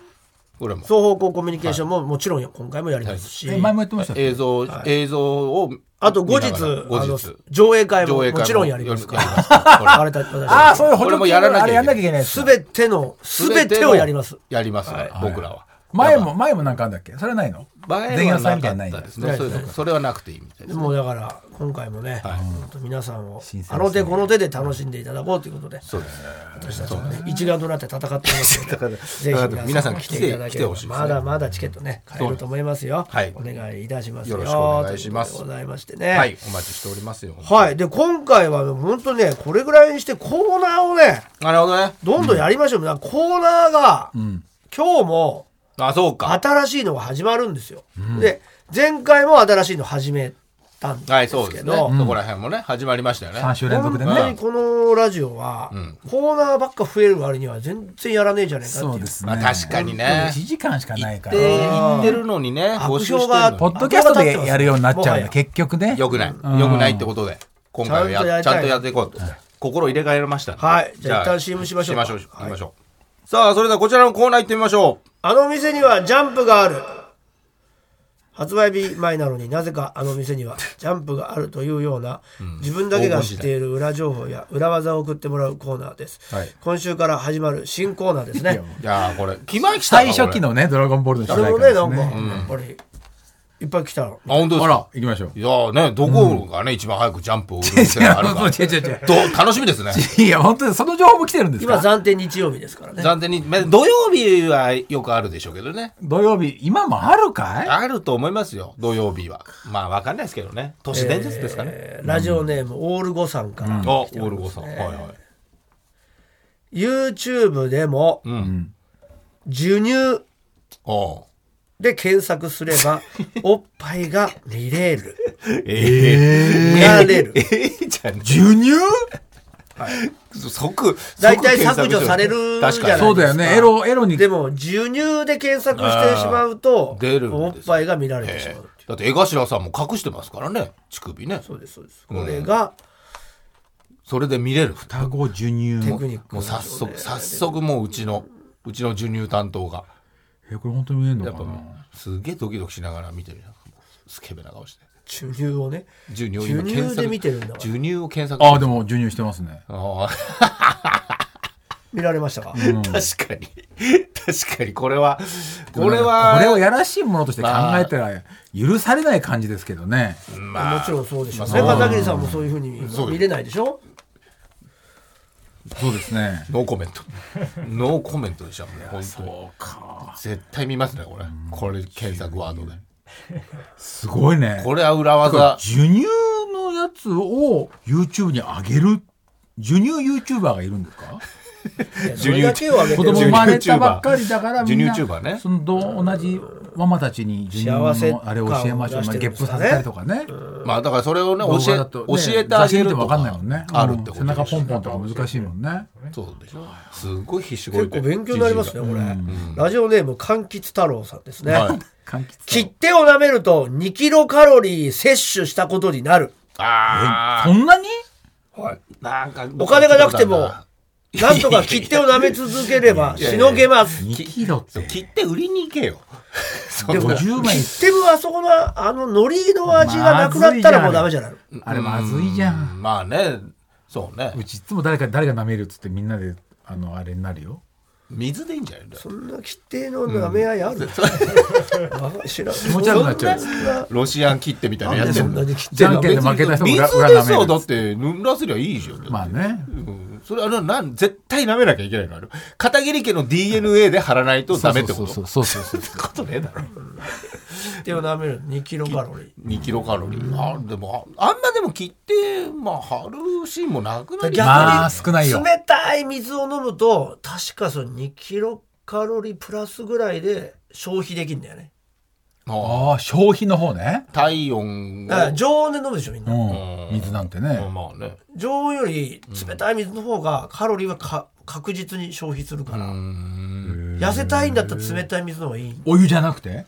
S2: これも。
S1: 双方向コミュニケーションももちろんよ今回もやりますし、
S3: え前も言ってましたっけ
S2: 映像、映像を。
S1: あと後日
S2: 見ながら
S1: あ
S2: 後
S1: の
S2: 日。
S1: 上映会も
S2: 上映会
S1: もちろんやりますから
S2: ら。
S1: あれた私
S3: あー、そういう補
S2: これも
S3: 助金の
S2: やらなきゃいけない
S3: あれやんなきゃいけないやつだ
S1: 全ての全てをやります。
S2: やります、僕らは。
S3: 前も、前もなんかあんだっけそれはないの
S2: 前
S3: 前
S2: は
S3: 夜祭
S2: な
S3: みた
S2: か
S3: いな
S2: っ
S3: のな
S2: た
S3: いんだ
S2: ですね。そうですそれはなくていいみたいな。
S1: もうだから今回もね、
S2: はい
S1: 本当皆さんを
S3: 新鮮ですね
S1: あの手この手で楽しんでいただこうということで
S2: そうです。
S1: 私たちもね一丸となって戦ってますのでぜ
S2: だから
S1: ひ
S2: 皆
S1: 皆
S2: さ
S1: さ
S2: ん
S1: ん
S2: 来
S1: 来
S2: て
S1: ていただければ
S2: 来てほしいですね
S1: まだまだチケットね買えると思いますよ、
S2: はい
S1: お願いいたしますよ
S2: よろしくお願いします
S1: とうことでございましてね、
S2: はい、お待ちしておりますよ。
S1: はい。。で、今回は本当ね、これぐらいにしてコーナーをね、
S2: なるほどね。
S1: どんどんやりましょう。なんかコーナーが、今日も
S2: あ、そうか。
S1: 新しいのが始まるんですよ。で、前回も新しいの始めたん
S2: は
S1: で
S2: い、
S1: す
S2: そうで
S1: け
S2: すね。
S1: ど、
S2: そこら辺もね、始まりましたよね。
S3: 3週連続で
S1: 本当に
S3: ね。
S1: このラジオは、コーナーばっか増える割には全然やらねえじゃねえかっていう。
S3: そうです
S2: ま
S3: ね。
S2: あ確かにね
S3: 1時間しかないから。
S2: で、行ってるのにね、募
S1: 悪
S2: 集して
S1: 評
S2: るの
S1: が
S2: に
S3: ポッドキャストでやるようになっちゃうんだ、結局ね。
S2: よくない。よくないってことで、今回はやち
S1: ちゃんとやりたい
S2: ゃんとやっていこうと。心入れ替えましたね。
S1: はいじゃあ一旦 CM しましょうか
S2: しましょう。行きましょう。さあ、それではこちらのコーナー行ってみましょう。
S1: あの店にはジャンプがある。発売日前なのになぜかあの店には ジャンプがあるというような、自分だけが知っている裏情報や裏技を送ってもらうコーナーです、
S2: はい
S1: 今週から始まる新コーナーですね
S2: いやーこれ、来ましたか
S3: 最初期。のね、ドラゴンボールの主
S1: それ
S3: 題
S1: も
S3: 歌
S1: ね
S3: で
S1: なん
S3: す
S1: か、
S3: ね。
S1: やっぱりいっぱい来たの
S2: あ、本当で
S3: あ
S2: す
S3: ら
S2: か。
S3: 行きまし ょう
S2: いやーね、どこがね、一番早くジャンプを売る店があ るか。
S3: 違う違う違う
S2: ど楽しみですね。
S3: いや本当にその情報も来てるんです
S1: 今
S3: か
S1: 暫定日曜日ですからね
S2: 暫定に、ま土曜日はよくあるでしょうけどね。
S3: 土曜日今もあるかい
S2: あると思いますよ、土曜日は。まあ、わかんないですけどね。都市伝説ですかね。
S1: えーラジオネーム、オールゴさんから、
S2: あ、オールゴさん。はいはい。
S1: YouTube でも
S2: うん。
S1: 授乳
S2: ああ。
S1: で検索すれ ばおっぱいが見れる
S2: ええ。
S1: 見られる
S2: ええじゃん。
S3: 授乳
S2: 即、
S1: 大体削除される
S2: 確
S1: じ
S2: か
S1: ゃな
S2: に。
S1: い
S3: そうだよねエロエロに
S1: でも授乳で検索してしまうと
S2: あー出るんです
S1: おっぱいが見られてしまう
S2: ええだって江頭さんも隠してますからね、乳首ね。
S1: そうですそうですこれが
S2: それで見れる。
S3: 双子授
S1: テ
S3: 乳
S1: クニック
S2: もう早速、早速もううちの、うちの授乳担当が。
S3: えこれ本当に見える
S2: や
S3: の
S2: っ
S3: か
S2: ぱ
S3: な
S2: すげえドキドキしながら見てるよスケベな顔して
S1: 授乳をね
S2: 授乳を
S1: 授
S2: 今検
S1: 乳
S2: 索
S1: で見てるんだから
S2: 授乳を検索
S3: ああでも授乳してますね
S2: あ
S1: 見られましたか、
S2: ー確かに 確かにこれはこれは
S3: これをやらしいものとして考えたら許されない感じですけどね
S2: まあ
S1: もちろんそうでしょう
S2: ま
S1: ね
S2: あそう
S1: 片桐さんもそういうふうに
S2: そう
S1: 見れないでしょ
S3: そうですね
S2: ノーコメントノーコメントでしたもんね本当に絶対見ますねこれこれ検索ワードです
S3: ごいね
S2: これは裏
S3: だ
S2: 技
S3: 授乳のやつを YouTube に上げる授乳 YouTuber がいるんですか
S1: いやそれだけをあげて
S3: 子
S1: る
S3: 供
S2: 授乳
S3: 生まれたばっかりだからみんな
S2: 授乳 YouTuber ね
S3: そのど同じママたちに授乳のあれを教えましょ
S1: 幸せ感を出
S3: う、ま
S1: し
S3: あ、
S1: て
S3: ゲ
S1: るん
S3: ップ
S1: です
S3: さ
S1: かね
S3: せたりとかね
S2: まあだからそれをね
S3: 動
S2: 教
S3: 画
S2: え
S3: だとね
S2: 教えてあげると
S3: 雑誌見ても分かんないもんね
S2: あるってこ
S3: うん背
S2: と
S3: 中
S2: でし
S3: ポ
S2: ょ
S3: ンポンとか難しいもんね
S2: そうでしょすごい必死こ
S1: 結
S2: いて
S1: 構勉強になりますねこれ、ラジオネーム柑橘太郎さんですね、
S2: はい
S3: 柑橘
S1: 切手を舐めると2キロカロリー摂取したことになる
S2: あ
S3: そんなに
S2: あ、なんか
S1: お金がなくてもなんとか切手を舐め続ければ
S2: いやいや
S1: しのげます
S3: 2キロって
S2: 切って売りに行け よ。そんな
S3: 50枚
S1: 切手はあそこのあの海苔の味がなくなったらもうダメじゃないの
S3: あれまずいじゃん
S2: うんまあね、そうね
S3: う。ちいつも誰か誰が舐めるっつってみんなであのあれになるよ
S2: 水でいいんじゃないの
S1: そんな切手の舐め合いある、わか 知らん気
S3: 持ち悪くなっちゃう
S1: そんな
S2: ロシアン切ってみたいな
S1: なんで
S2: やつ
S1: そんなに切
S3: じ
S1: 手
S3: ゃん
S1: 舐
S3: けん
S1: め
S3: で負けた人も
S2: 水
S3: 裏
S2: で
S3: 裏舐め
S2: さ、
S3: る
S2: だって、濡らせりゃいいじゃん。
S3: まあね
S2: うんそれはな、なん、絶対舐めなきゃいけないのある。片桐家の DNA で貼らないとダメってこと
S3: そうそうそうそうそう
S2: ってことねえだろ。
S1: 切手を舐める2キロカロリー
S2: 2キロカロリー。あ、でも、ああんまでも切って、まあ、貼るシーンもなくなり
S1: 逆に
S3: まあ少ないよ
S1: 冷たい水を飲むと確かその2キロカロリープラスぐらいで消費できるんだよね
S2: ああ
S3: ああ消費の方ね
S2: 体温を
S1: だから常温で飲むでしょみん
S3: う
S1: な、
S3: ん水なんてね
S2: まあね。
S1: 常温より冷たい水の方がカロリーはか確実に消費するから、痩せたいんだったら冷たい水の方がいいい
S3: お湯じゃなくて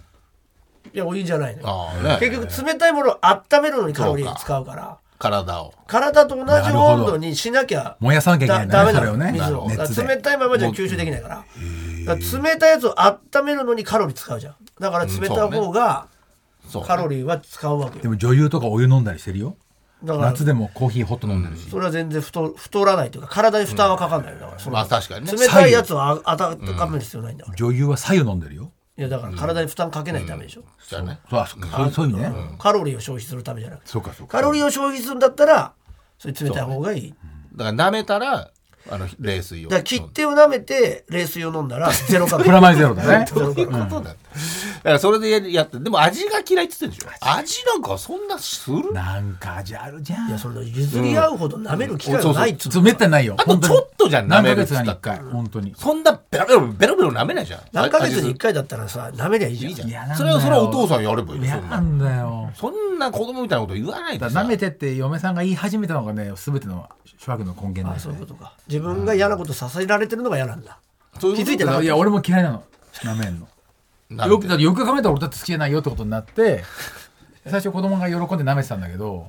S1: やおいいんじゃないのよ
S2: ああね。
S1: 結局冷たいものを温めるのにカロリーを使うから
S2: 体を。
S1: 体と同じ
S3: るほど
S1: 温度にしなきゃ
S3: 燃やさなきゃいけないんだ
S1: だ
S3: ね
S1: ダ
S3: それを
S1: メな
S3: ね
S1: の水を
S3: な熱
S1: だ
S3: で
S1: から冷たいままじゃ吸収できないからだから冷たいやつを温めるのにカロリー使うじゃんだから冷たい方が
S2: そうね
S1: カロリーは使うわけ
S3: で
S1: よ
S3: も女優とかお湯飲んだりしてるよ
S1: だから
S3: 夏でもコーヒーホット飲んでるし
S1: それは全然太太らないというか体に負担はかかんないよだからその
S2: まあ確かにね
S1: 冷たいやつをあ温める必要ないんだから
S3: 女優は白湯飲んでるよ
S1: いやだから体に負担かけないためでしょ
S2: じゃあね。
S3: そうあそっかそうそういう意味ね
S1: カロリーを消費するためじゃなくて
S3: そうかそう
S1: カ
S3: か
S1: ロリーを消費するんだったらそれ冷たい方がいい
S2: だから舐めたら、あの、冷水を。
S1: だから切手を舐めて冷水を飲んだらゼロカロ
S3: プ
S1: リ
S3: ラ
S1: ー
S3: マイゼロだね
S2: どういうことなんだ、だからそれでややって、でも味が嫌いって言ってるでしょ。味なんかそんなする
S3: なんか味あるじゃ
S1: いや
S3: ん
S1: その譲り合うほど舐める機会
S2: うん
S1: はないっつ
S3: ち
S1: う
S3: ょっとめったにないよ
S2: あと
S3: 本当に
S2: ちょっとじゃん舐
S3: 何ヶ
S2: めるっ
S3: 月
S2: つっ
S3: かに
S2: たっ
S3: 1回本当に
S2: そんなベロベロ、ベロベロ舐めないじゃん。
S1: 何ヶ月に
S2: 味
S1: 1回だったらさ舐めりゃいいじゃん
S2: いいじゃ
S3: いやなんだよ
S2: それはそれはお父さんやればいいよ
S3: 嫌
S2: そんな
S3: なんだよ
S2: そんな子供みたいなこと言わないで
S3: だ
S2: さ
S3: から舐めてって嫁さんが言い始めたのがね全ての諸悪の根源なん
S1: あ
S3: です
S1: そ
S3: よ
S1: ういうことか自分が嫌なことさせられてるのが嫌なんだ
S2: そういうこと
S1: 気づいてなかっ
S3: いや俺も嫌いなの舐めんの
S2: 舐めて
S3: よくだってよく考えたら俺だって好きじゃないよってことに なって最初子供が喜んで舐めてたんだけど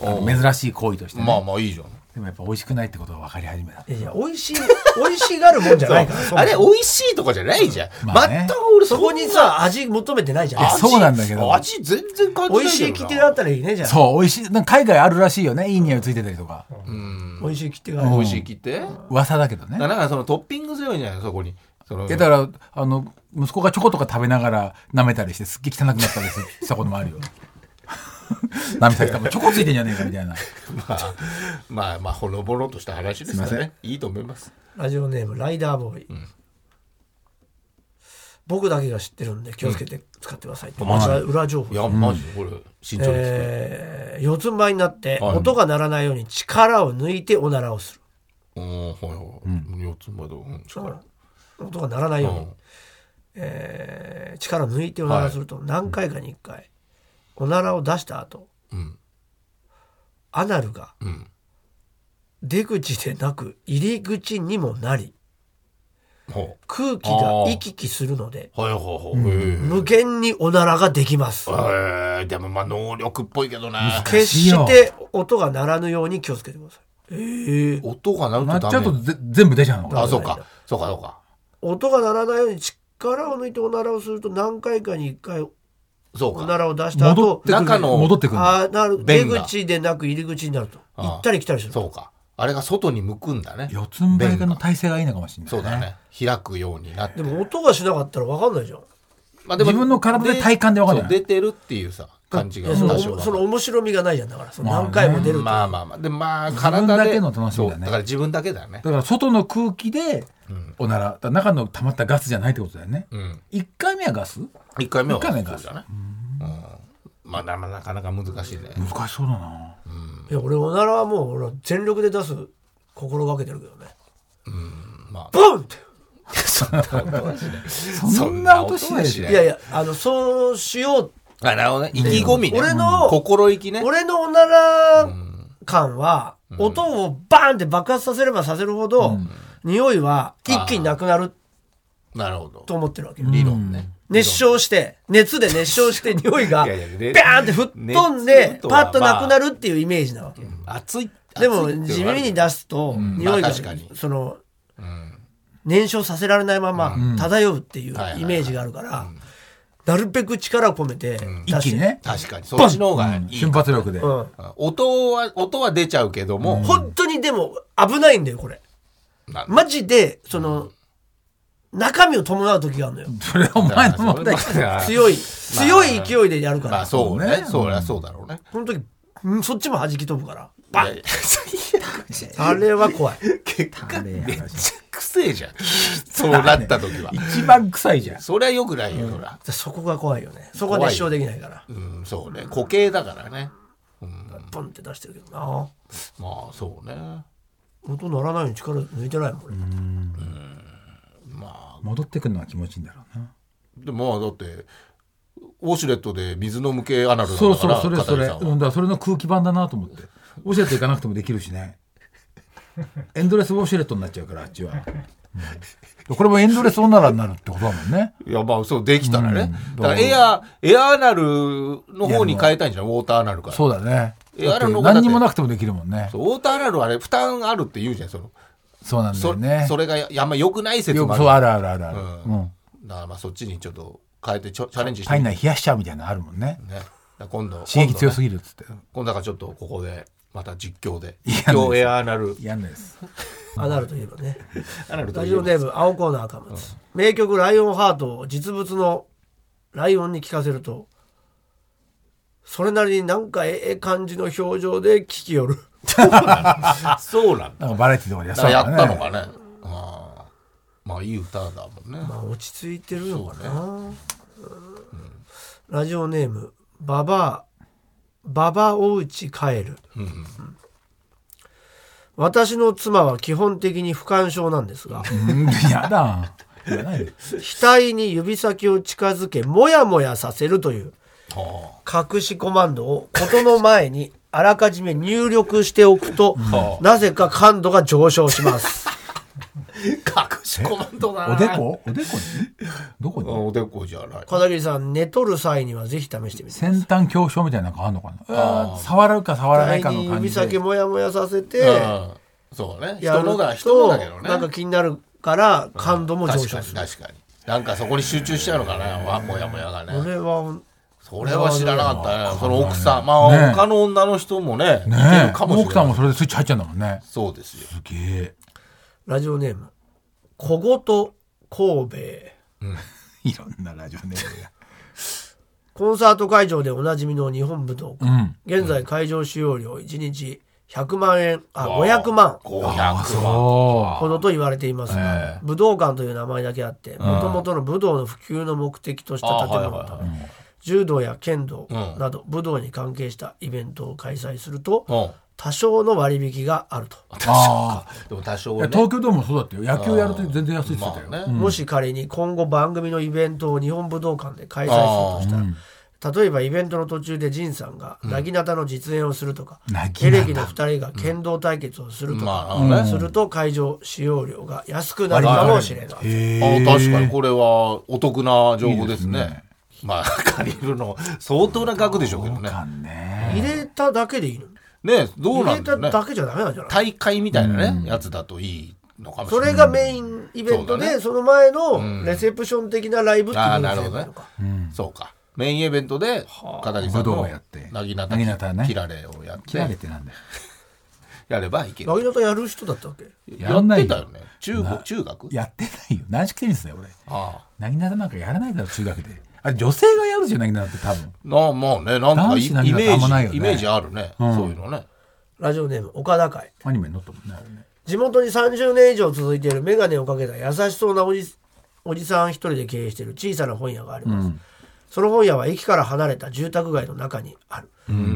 S3: あの珍しい行為としてね、
S2: まあまあいいじゃん。
S3: でもやっぱ美味しくないってことが分かり始めた
S1: いやいや美味しい 美味しがるもんじゃないから
S2: あれ、美味しいとかじゃないじゃん。
S3: まあね
S2: 全く俺
S1: そ
S2: そ
S1: こ
S2: こ
S1: に
S2: に
S1: さ味求めてないじゃん
S3: いや
S1: あ
S3: そうなんだけど
S2: 味全然感じない
S1: 美味しい
S2: け
S1: 切
S2: どな
S1: 手だったらいいねじゃあ
S3: そう美味しいなんか海外あるらしいよねいい匂いついてたりとか
S1: 美味しい切手がある
S2: 美味しい切手だか
S3: 噂だけどね
S2: らなんかそのトッピングすればいいんじゃないそこにその
S3: いやだからあの息子がチョコとか食べながら舐めたりしてすっげえ汚くなったりしたこともある よ舐めされたもチョコついてんじゃねえか みたいな
S2: まあ、まあ、まあ、ほのぼのとした話ですからね。いいと思います。
S1: ラジオネームライダーボーイ、僕だけが知ってるんで気をつけて使ってくださいって、こちら裏情報
S2: いや、マジでこれ、慎重ですね。
S1: えー四つん這いになって、
S2: はい
S1: 音が鳴らないように力を抜いておならをする
S2: うん、はいはい。四つまで、うん、
S1: だ
S2: 力
S1: か。ら音が鳴らないように、
S2: うん
S1: えー力を抜いておならをすると、何回かに1回おならを出した後
S2: うん、
S1: アナルが
S2: うん。
S1: 出口でなく入り口にもなり
S2: ほ
S1: 空気が行き来するので
S2: う。はいはいはい。へえ
S1: 無限におならができます
S2: えーでもまあ能力っぽいけどね。
S1: 決
S3: しい
S1: し
S3: よ
S1: て音が鳴らぬように気をつけてくださいええ
S2: 音が鳴る
S3: な
S2: とダ
S3: っちゃうと
S2: メ。
S3: ぜ全部出ちゃうの
S2: あ、そうか。そうか、そうか。
S1: 音が鳴らないように力を抜いておならをすると何回かに1回
S2: そう
S1: お
S2: か。
S1: ならを出した
S3: 戻
S1: 後
S3: ってくる
S2: 中の
S3: 戻ってくるんだ
S1: あーなる出
S2: 便が
S1: 口でなく入り口になると
S2: ああ
S1: 行ったり来たりする
S2: そうか。あれが外に向くんだね。
S3: 四つん這い
S2: 便が
S3: の体勢がいいのかもしれない、
S2: そうだね。開くようになっ
S1: で。
S2: て
S1: も音がしなかったら分かんないじゃん
S2: まあ
S3: 自分の体で体感でわかんない
S2: そう出てるっていうさ、感じが
S1: いやその
S2: 多少は
S1: その面白みがないじゃんだからその
S3: まあね
S1: 何回も出ると、
S2: まあまあまあ。で、まあ、
S3: 自
S2: 体
S3: 分
S2: で。
S3: だけの楽しみだね
S2: そうだから自分だけだね。
S3: だから外の空気でおならだから中の溜まったガスじゃないってことだよね、
S2: うん。
S3: 一1回目はガス
S2: 一回目は
S3: 一回目が
S2: そうだね。うん。まあ、ななかなか難しいね。
S3: 難しそうだない
S1: や俺おならはもう俺は全力で出す心がけてるけどね
S2: まあ、
S1: ボンって
S3: そんな音しないでしょ
S1: いやいやあのそうしよ
S2: あなるほどね。意気込みね。
S1: 俺の
S2: うん心意気
S1: う
S2: ね。
S1: 俺のおなら感は、音をバーンって爆発させればさせるほど、匂いは一気になくなる
S2: なるほど
S1: と。思ってるわけよ
S2: 理論ね。
S1: 熱唱して熱で熱唱して匂いが ビ
S2: いやいや
S1: ャ
S2: ね
S1: ーンって吹っ飛んで
S2: 熱と
S1: パ
S2: は
S1: ッとなくなるっていうイメージなわけよ
S2: 熱い。
S1: でも
S2: 熱いって
S1: 地
S2: 言われ
S1: 味
S2: る
S1: に出すと匂い
S2: ま
S1: が
S2: あ確かに
S1: その燃焼させられないまま漂うっていう
S2: はいはいはい
S1: イメージがあるからなるべく力を込めて
S3: 一
S1: 出
S3: 気
S1: し
S3: に
S1: て
S3: ね
S2: 確かに。そっちの方がいい
S3: 瞬。発力で、
S1: うん
S2: 音は、音は出ちゃうけども、ほん
S1: 本当にでも危ないんだよこれ
S2: なん
S1: マジでその中身を伴う時があるのよ
S3: それはお前の問題
S2: まあ
S1: 強い強い勢いでやるか
S2: まあ
S1: ら
S2: そうね
S3: う。ん
S2: そりゃそうだろうね。
S1: その時んそっちも弾き飛ぶから
S2: バ
S1: バン
S2: ッ
S1: あれは怖い
S2: 結果、めっちゃ くせえ じゃん。そうなった時は。
S3: 一番臭いじゃん
S2: そりゃよくないよ、そりゃ。
S1: そこが怖いよねそこは熱唱できないから
S2: うん、そうね。固形だからね。
S1: ポンって出してるけどな
S2: まあそうね。
S1: 音鳴らないように力抜いてないもん俺
S2: まあ、
S3: 戻ってくるのは気持ちいいんだろうな
S2: でもだって、ウォシュレットで水飲む系アナルなんだから
S3: そうそうそれそ
S2: 片桐
S3: れ
S2: さんは
S3: うんだからそれの空気版だなと思ってウォシュレット行かなくてもできるしねエンドレスウォシュレットになっちゃうからあっちは、うんこれもエンドレス女らになるってことだもんね
S2: いや、まあ、そう、できたらね。
S3: うん
S2: だから、エア、エアアナルの方に変えたいんじゃないウォーターアナルから。
S3: そうだね
S2: えあれの
S3: 何にもなくてもできるもんね
S2: そうウォーターアナルはあれ、負担あるって言うじゃん、その。
S3: そうなんだ
S2: そ
S3: よね
S2: それがやあんま良くない説
S3: よ
S2: も
S3: く
S2: あ
S3: そう
S2: る。
S3: あるあるあるある、
S2: う
S3: うんん
S2: だから、まあ、そっちにちょっと変えてちょチャレンジして
S3: 体
S2: み
S3: 内冷やしちゃうみたいなのあるもんね
S2: ね。だから今度、
S3: 刺激強
S2: 今度
S3: す
S2: ね
S3: ぎるっつって、
S2: 今度だからちょっとここで、また実況で。
S3: いや
S2: 実況エアアナル。
S3: やんないです
S1: アナルといえばね
S2: アナルと
S1: ラ
S2: い
S1: ジ
S2: え
S1: オ
S2: ば
S1: ネーム青コーナー赤松、名曲「ライオンハート」を実物のライオンに聞かせるとそれなりになんかええ感じの表情で聞きよる
S2: あ、そうなんだ。
S3: なんかバラエティとかでやっ
S2: だからやったの
S3: ね
S2: かね。あーまあ、いい歌だもんね。
S1: まあ落ち着いてるのかな、うんラジオネーム「ババアババおうち帰る」私の妻は基本的に不干渉なんですが
S3: うんやだ言わないで
S1: 額に指先を近づけモヤモヤさせるという
S2: は
S1: 隠しコマンドを事の前にあらかじめ入力しておくと、
S2: うん
S1: なぜか感度が上昇します。
S2: あ隠しコマンドだな。
S3: おでこおでこにどこ
S2: う
S3: に
S2: んおでこじゃない。
S1: 片桐さん、寝とる際にはぜひ試してみてください。
S3: 先端狭小みたいなのがあるのかなあー触るか触らないかの
S1: に
S3: 感
S1: 指
S3: じ
S1: 先
S3: で
S1: もやもやさせて、
S2: うん、そうね
S1: や
S2: 人
S1: る
S2: の
S1: と
S2: だ人のだけどね
S1: なんか気になるから感度も上
S2: 確か
S1: 昇
S2: に
S1: する。
S2: 確かになんかそこに集中しちゃうのかなわもやもやが
S1: こ
S2: ね
S1: れは、
S2: それは知らなかったねその奥さんまあ、
S3: ね
S2: 他の女の人もねいけ
S3: ね
S2: る
S3: え
S2: かもし
S3: 奥
S2: れな
S3: さ
S2: い
S3: んもそれでスイッチ入っちゃうんだもんね
S2: そうですよ
S3: すげえ
S1: ラジオネーム、小言神戸
S3: いろんなラジオネームが。
S1: コンサート会場でおなじみの日本武道
S3: う
S1: 館、
S3: ん。
S1: 現在会場使用料1日100万円あ
S2: わあ
S1: 500万
S3: ああ、
S2: 500万。
S1: ほ
S3: そ
S1: どと言われていますが、
S3: ええ
S1: 武道館という名前だけあってもともとの武道の普及の目的とした建物
S2: あ
S1: だ
S2: はい
S1: った
S2: は
S1: め
S2: いはい
S1: 柔道や剣道
S2: うん
S1: など武道に関係したイベントを開催すると
S2: うん。
S1: 多少の割引があると、
S2: 多
S3: あ
S2: 少。でも多
S3: う。
S2: 少
S3: い
S2: ね
S3: や東京ドームもそうだってよ。野球やると全然安いって言ってたよ。
S2: まあね
S3: うん
S1: もし仮に今後番組のイベントを日本武道館で開催するとしたら、例えばイベントの途中で仁さんがなぎなたの実演をするとか、
S3: なぎ
S1: テ
S3: な
S1: レ
S3: た
S1: ビの2人が剣道対決をすると
S2: ま
S1: か、
S2: あね。
S1: すると会場使用料が安くなるかもしれない。
S3: へ
S2: あ
S3: え
S2: 確かにこれはお得な情報ですね。まあ借りるの相当な額でしょうけどね。
S3: かんね。
S1: 入れただけでいいの
S2: ねどう
S1: 入
S2: な
S1: れ
S2: ん
S1: た
S2: だろう
S1: だ
S2: ね。
S1: けじゃダメなんじゃない
S2: 大会みたいなね、やつだといいのかもしれ
S1: そ
S2: ない。
S1: れがメインイベントで、そ,、
S2: う
S1: の前のレセプション的なライブっていうの
S2: あ
S1: が
S2: あなるほどね
S1: のか。
S2: そうか。メインイベントで片桐さん
S3: 武道
S2: の
S3: をやって
S2: なぎな
S3: なぎな
S2: た
S3: たね
S2: きられをやっ
S3: 切られ
S2: て
S3: てなんだよ。
S2: やればいける
S1: な。ぎなたやる人だったっけ
S2: や
S3: や
S2: っ
S3: んな
S2: て
S3: いよ
S2: たよね。中国中学？
S3: やってないよ。軟式テニスだよ、俺。
S2: ああ。
S3: なぎなたなんかやらないだろ、中学で。あれ、女性がやるじゃん、なぎなたって多分。
S2: なあまあねなんか
S3: 男
S2: イ
S3: 子
S2: イメ
S3: なぎなたあんまない
S2: ー
S3: よ
S2: ジ
S3: ね
S2: イメージあるね。
S3: ん
S2: そういうのね。
S1: ラジオネーム岡田会。
S3: アニメに載ったもんね、あれね。
S1: 地元に30年以上続いているメガネをかけた優しそうなおじおじさん一人で経営している小さな本屋があります、その本屋は駅から離れた住宅街の中にある、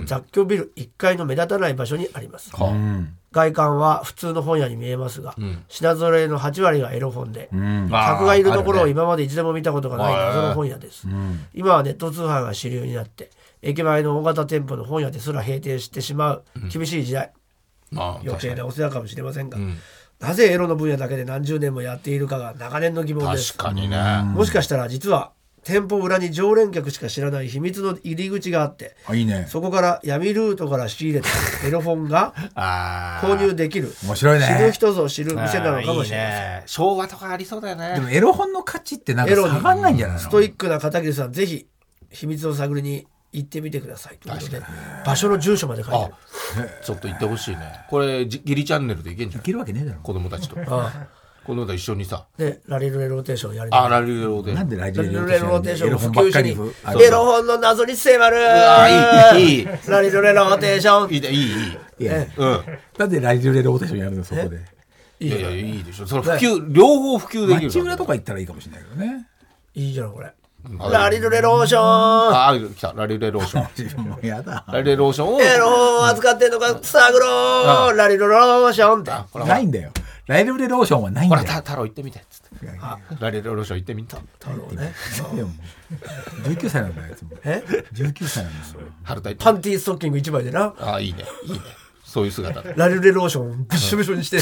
S1: 雑居ビル1階の目立たない場所にあります、
S3: うん。
S1: 外観は普通の本屋に見えますが、品揃えの8割がエロ本で、
S2: ああ
S1: 客がいるところ
S2: あ
S1: を
S2: ね
S1: 今まで一度も見たことがない謎の本屋です、今はネット通販が主流になって駅前の大型店舗の本屋ですら閉店してしまう厳しい時代、
S2: まあ
S1: 余
S2: 確
S1: 計
S2: かに
S1: なお世話かもしれませんが、
S2: ん
S1: なぜエロの分野だけで何十年もやっているかが長年の疑問です
S2: 確かにね。
S1: もしかしたら実は店舗裏に常連客しか知らない秘密の入り口があって
S3: あ、いいね。
S1: そこから闇ルートから仕入れたエロ本が
S2: ああ。
S1: 購入できる
S3: 面白いね
S1: 知る人ぞ知る店なのかもしれないい
S2: いね昭和とかありそうだよね。
S3: でも、エロ本の価値ってなんか下がんないんじゃないの
S1: ストイックな片桐さんぜひ秘密を探りに行ってみてくださいということで場所の住所まで書いてあ
S2: あ
S1: る、
S2: ちょっと行ってほしいね。これ、じギリチャンネルで行けんじゃ
S3: い
S2: ん。
S3: けるわけねえだろ。
S2: 子供たちと。
S1: あ
S2: 子供たち一緒にさ。
S1: でラリルレローテーションやりなが
S2: あ、
S1: ら
S2: ラリオで。
S3: なんで来
S1: ラ
S3: 週
S1: リルレローテーション
S3: エ
S1: の
S3: ロ
S1: 普
S3: 本ばっ
S1: 及
S3: か
S1: し
S3: り
S1: に
S3: ぶ
S1: エロ本の謎に迫る
S2: わいいいいいい
S1: ラリルレローテーション
S2: いいね、いい、いい。
S3: いや
S2: うん。
S3: なんで来週レローテーションやるの、そこで。
S2: いやいや、いいでしょ。それ普及、両方普及できる。
S3: 街裏とか行ったらいいかもしれないけどね。
S1: いいじゃんこれ
S2: あ
S1: ラリルレローション
S2: あ、あ来た。ラリレローション。
S3: 自分もやだ。
S2: ラリレローションを。
S1: エロ本を扱ってんのか探ろうラリルレローションって
S2: ほら、
S3: ないんだよ。ライルレローションはないん
S2: ほ
S3: だ
S2: ら、
S3: よ。
S2: た太郎行ってみて。つって。ラリレローション行ってみた。
S1: 太郎ね
S3: いやもう19歳なんだよ、いつも。
S1: え
S3: 19歳なんですよ。
S2: 春田行
S1: パ
S2: って
S1: ンティーストッキング一枚でな
S2: みた。あ、いいね。いいね。そういう姿で。
S1: ラリルレローションびっしょびしょにして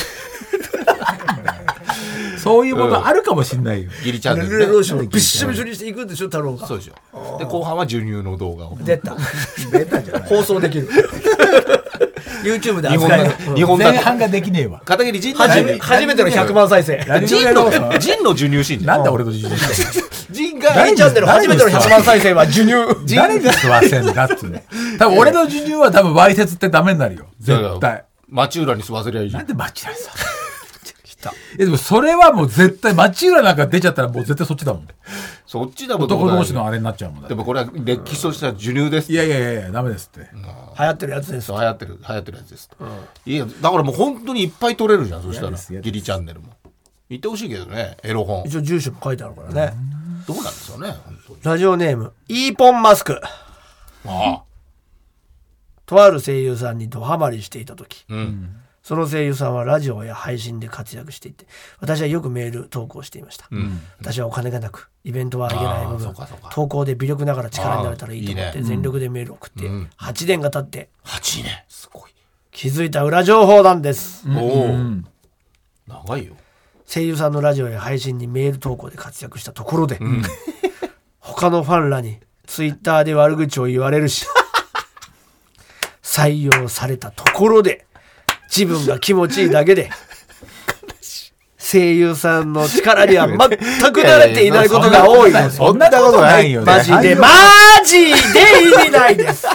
S3: そういうことあるかもしれないよ。
S2: ギリチャ
S1: ラ
S2: ン
S1: リ
S2: ネ
S1: ルレロー
S2: ルで。
S1: ションびっしょびしょにしていくんでしょ太郎が
S2: そうでしょ。で、後半は授乳の動画を。
S1: 出た
S3: ベタじゃない。
S1: 放送できる YouTube で
S2: 日本
S1: 扱える
S2: の、日本だ
S3: 前
S2: と。
S3: 半ができねえわ。
S2: 片桐仁の
S1: 初
S2: 授
S1: め
S2: 乳。
S1: 初めての100万再生
S3: ラジオ
S2: ジ
S3: レ
S2: ン
S3: ローショ
S2: の、
S3: ン。
S2: ジンの授乳シーンじゃ
S3: なん
S2: ん。
S3: だ俺の自信だよ
S2: ジンが、
S1: 第チャンネル初めての100万再生は授乳
S3: 誰に吸わせんだっつうね。多分俺の授乳は多分わいせつってダメになるよ。絶
S2: だから
S3: 対。
S2: 町浦に座せりゃいいじゃ
S3: なん
S2: ん。
S3: で町浦さん。え、でもそれはもう絶対、町浦なんか出ちゃったらもう絶対そっちだもん。
S2: そっちだもん。
S3: 男同士のあれになっちゃうもんだっ
S2: で
S3: て。
S2: もこれはれっきとした授乳です。
S3: いやいやいやいや、ダメですって。
S1: 流行ってるやつです
S2: そう流行ってる、流行ってるやつです。いや、だからもう本当にいっぱい取れるじゃん、そした
S3: 嫌
S2: ら
S3: です嫌。です
S2: ギリチャンネルも。言ってほしいけどね、エロ本。
S1: 一応住所も書いてあるからね
S2: どうなんですよね、本当に。
S1: ラジオネームイーポンマスク
S2: ああ。
S1: とある声優さんにドハマりしていた時
S2: うん。
S1: その声優さんはラジオや配信で活躍していて私はよくメール投稿していました、私はお金がなくイベントはあげない部
S2: あーそ
S1: 分
S2: うかそうか
S1: 投稿で微力ながら力になれたらいいと思っ
S2: あーい
S1: て
S2: い
S1: 全力でメールを送って8年が経って
S2: 8年。すごい。
S1: 気づいた裏情報なんです、
S2: おお。長いよ。
S1: 声優さんのラジオや配信にメール投稿で活躍したところで、他のファンらにツイッターで悪口を言われるし採用されたところで自分が気持ちいいだけで声優さんの力には全く慣れていないことが多いです。
S3: そんなことないよ。
S1: マジで、マジで意味ない です。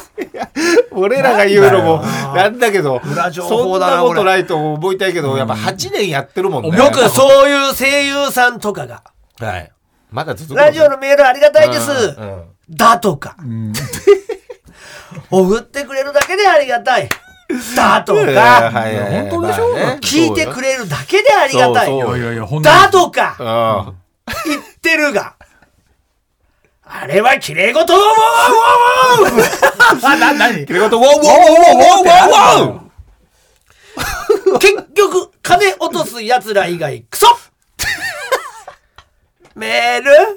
S2: 俺らが言うのも、なんだけど、
S1: 裏情報だな
S2: そんなこ
S1: ことれ
S2: ないと思いたいけど、やっぱ8年やってるもんね。
S1: よくそういう声優さんとかが、
S2: はい。まだ続くのか
S1: ラジオのメールありがたいです。
S2: うんうん
S1: だとか。 送ってくれるだけでありがたい。だと
S2: いやい
S1: か。
S2: やいやいや
S3: 本当でしょ
S2: まあね
S1: 聞いてくれるだけでありがた
S2: そう
S1: い
S2: よ。
S3: いやいや、本当に
S1: だとか。
S2: あ
S1: 言ってるが。あれは綺麗事だもん
S3: な、なに
S2: あ。ということで、ウォーウォーウォーウォーウォーウォーウォー
S1: 結局、金落とす奴ら以外、クソメール意味ない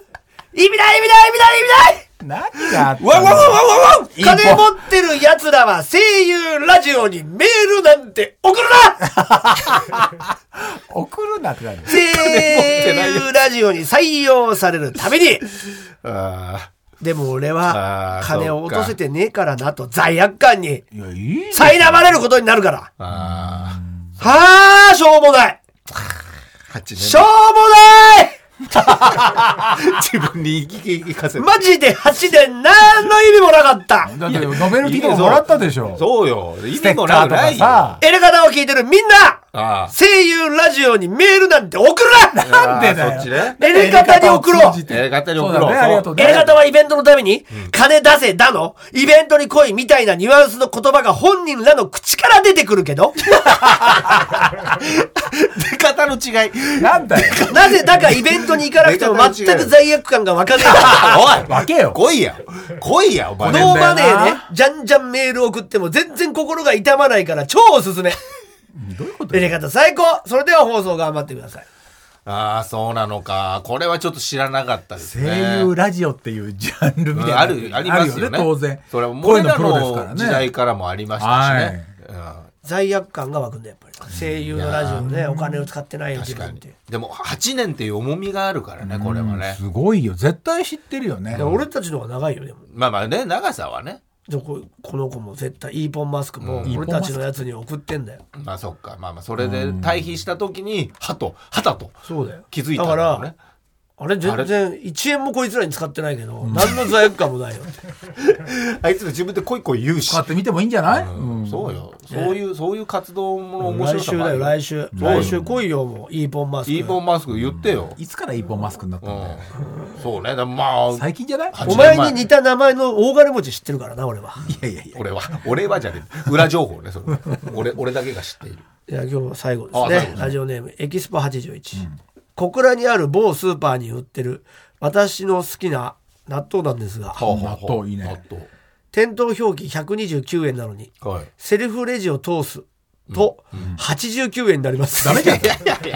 S1: 意味ない意味ない意味ない
S3: 何があったの
S2: ウォーウォーウォーウォーウォーウォー
S1: 金持ってる奴らは声優ラジオにメールなんて送るな
S3: 送るなって何
S1: 声優ラジオに採用されるために
S2: あ
S1: でも俺は
S2: あー
S1: 金を落とせてねえからなと罪悪感 に
S3: いや、いいね
S1: 苛まれることになるから。
S2: ーあ
S1: はあ、しょうもない
S2: ー。八年。
S1: しょうもない
S2: 自分に言い聞かせる。
S1: マジで8年何の意味もなかった
S3: だって、ノベルティとかもらったでしょ。
S2: そうよ。意
S3: ステ
S2: 味
S3: ッカ
S2: もな
S3: ーと
S2: くな
S3: か
S2: いよ。
S3: さ。
S1: エレガタを聞いてるみんな
S2: あ
S1: 声優ラジオにメールなんて送るな
S2: あ。
S3: なんでだよ
S2: そっちね。
S1: エレガタに送ろう
S2: ええ、勝手に
S3: そう
S2: 送
S3: だ
S2: ろう。
S3: ね、ありがとうね。
S1: A 型はイベントのために、金出せだの、イベントに来いみたいなニュアンスの言葉が本人らの口から出てくるけど、
S2: 出方の 違い。
S3: なんだよ。
S1: なぜだかイベントに行かなくても全く罪悪感がわかんない。
S2: おい
S3: 分けよ
S2: 来いや。来いや、お前。
S1: ノーマネー
S3: ごめんだよ
S1: ね
S3: な、
S1: じゃんじゃんメール送っても全然心が痛まないから超おすすめ。
S3: どういうこと
S1: エレガタ最高それでは放送頑張ってください。
S2: ああ、そうなのか。これはちょっと知らなかったですね。
S3: 声優ラジオっていうジャンルみたいな。
S2: ある、ありますよね。
S3: 当然。
S2: それはもう
S3: 声
S2: 俺
S3: の
S2: ら
S3: プロですから
S2: の
S3: ね。
S2: 時代からもありましたしね。うん
S1: 罪悪感が湧くんだやっぱり。声優のラジオね、お金を使ってないよ自
S2: 確か
S1: 分っ
S2: に
S1: て。
S2: でも8年っていう重みがあるからねこれはね
S3: すごいよ。絶対知ってるよね
S1: いや。俺たちの方が長いよでも。
S2: まあまあね長さはね
S1: でここの子も絶対イーポンマスクも
S3: ん
S1: 俺たちのやつに送ってんだよ。
S2: まあそっかまあまあそれで対比した時に歯と歯だと
S1: そうだよ。
S2: 気づいたん
S1: だか
S2: だよ
S1: ら
S2: ね、
S1: あれ全然1円もこいつらに使ってないけど、何の罪悪感もないよ。
S2: あいつ自分でこいこい言うし
S3: 使ってみてもいいんじゃないうん
S2: そうよそういうそういう活動の面白
S1: 来
S2: さ
S1: 週
S2: もあ
S1: だ
S2: る
S1: よ、来週。来週来いよ、もう。イーポンマスク。
S2: イーボンマスク言ってよ
S3: いつから一本マスクになった
S2: うん
S3: だよ。
S2: そうねだからまあ
S3: 最近じゃない
S2: は
S1: お
S2: い
S1: 前に似た名前の大金持ち知ってるからな、俺は。
S3: いやいやいや。
S2: 俺は俺はじゃねえ裏情報ねそれ俺俺だけが知っている
S1: いや、今日最後で
S2: あ最
S1: す
S2: 後
S1: ね。ラジオネーム、エキスポ81。小倉にある某スーパーに売ってる、私の好きな納豆なんですが、
S2: 納
S3: 納豆いいね
S2: 納
S1: 店頭表記129円なのに、
S2: 豆はい
S1: セルフレジを通すと、89円になります。
S3: ダメじゃん。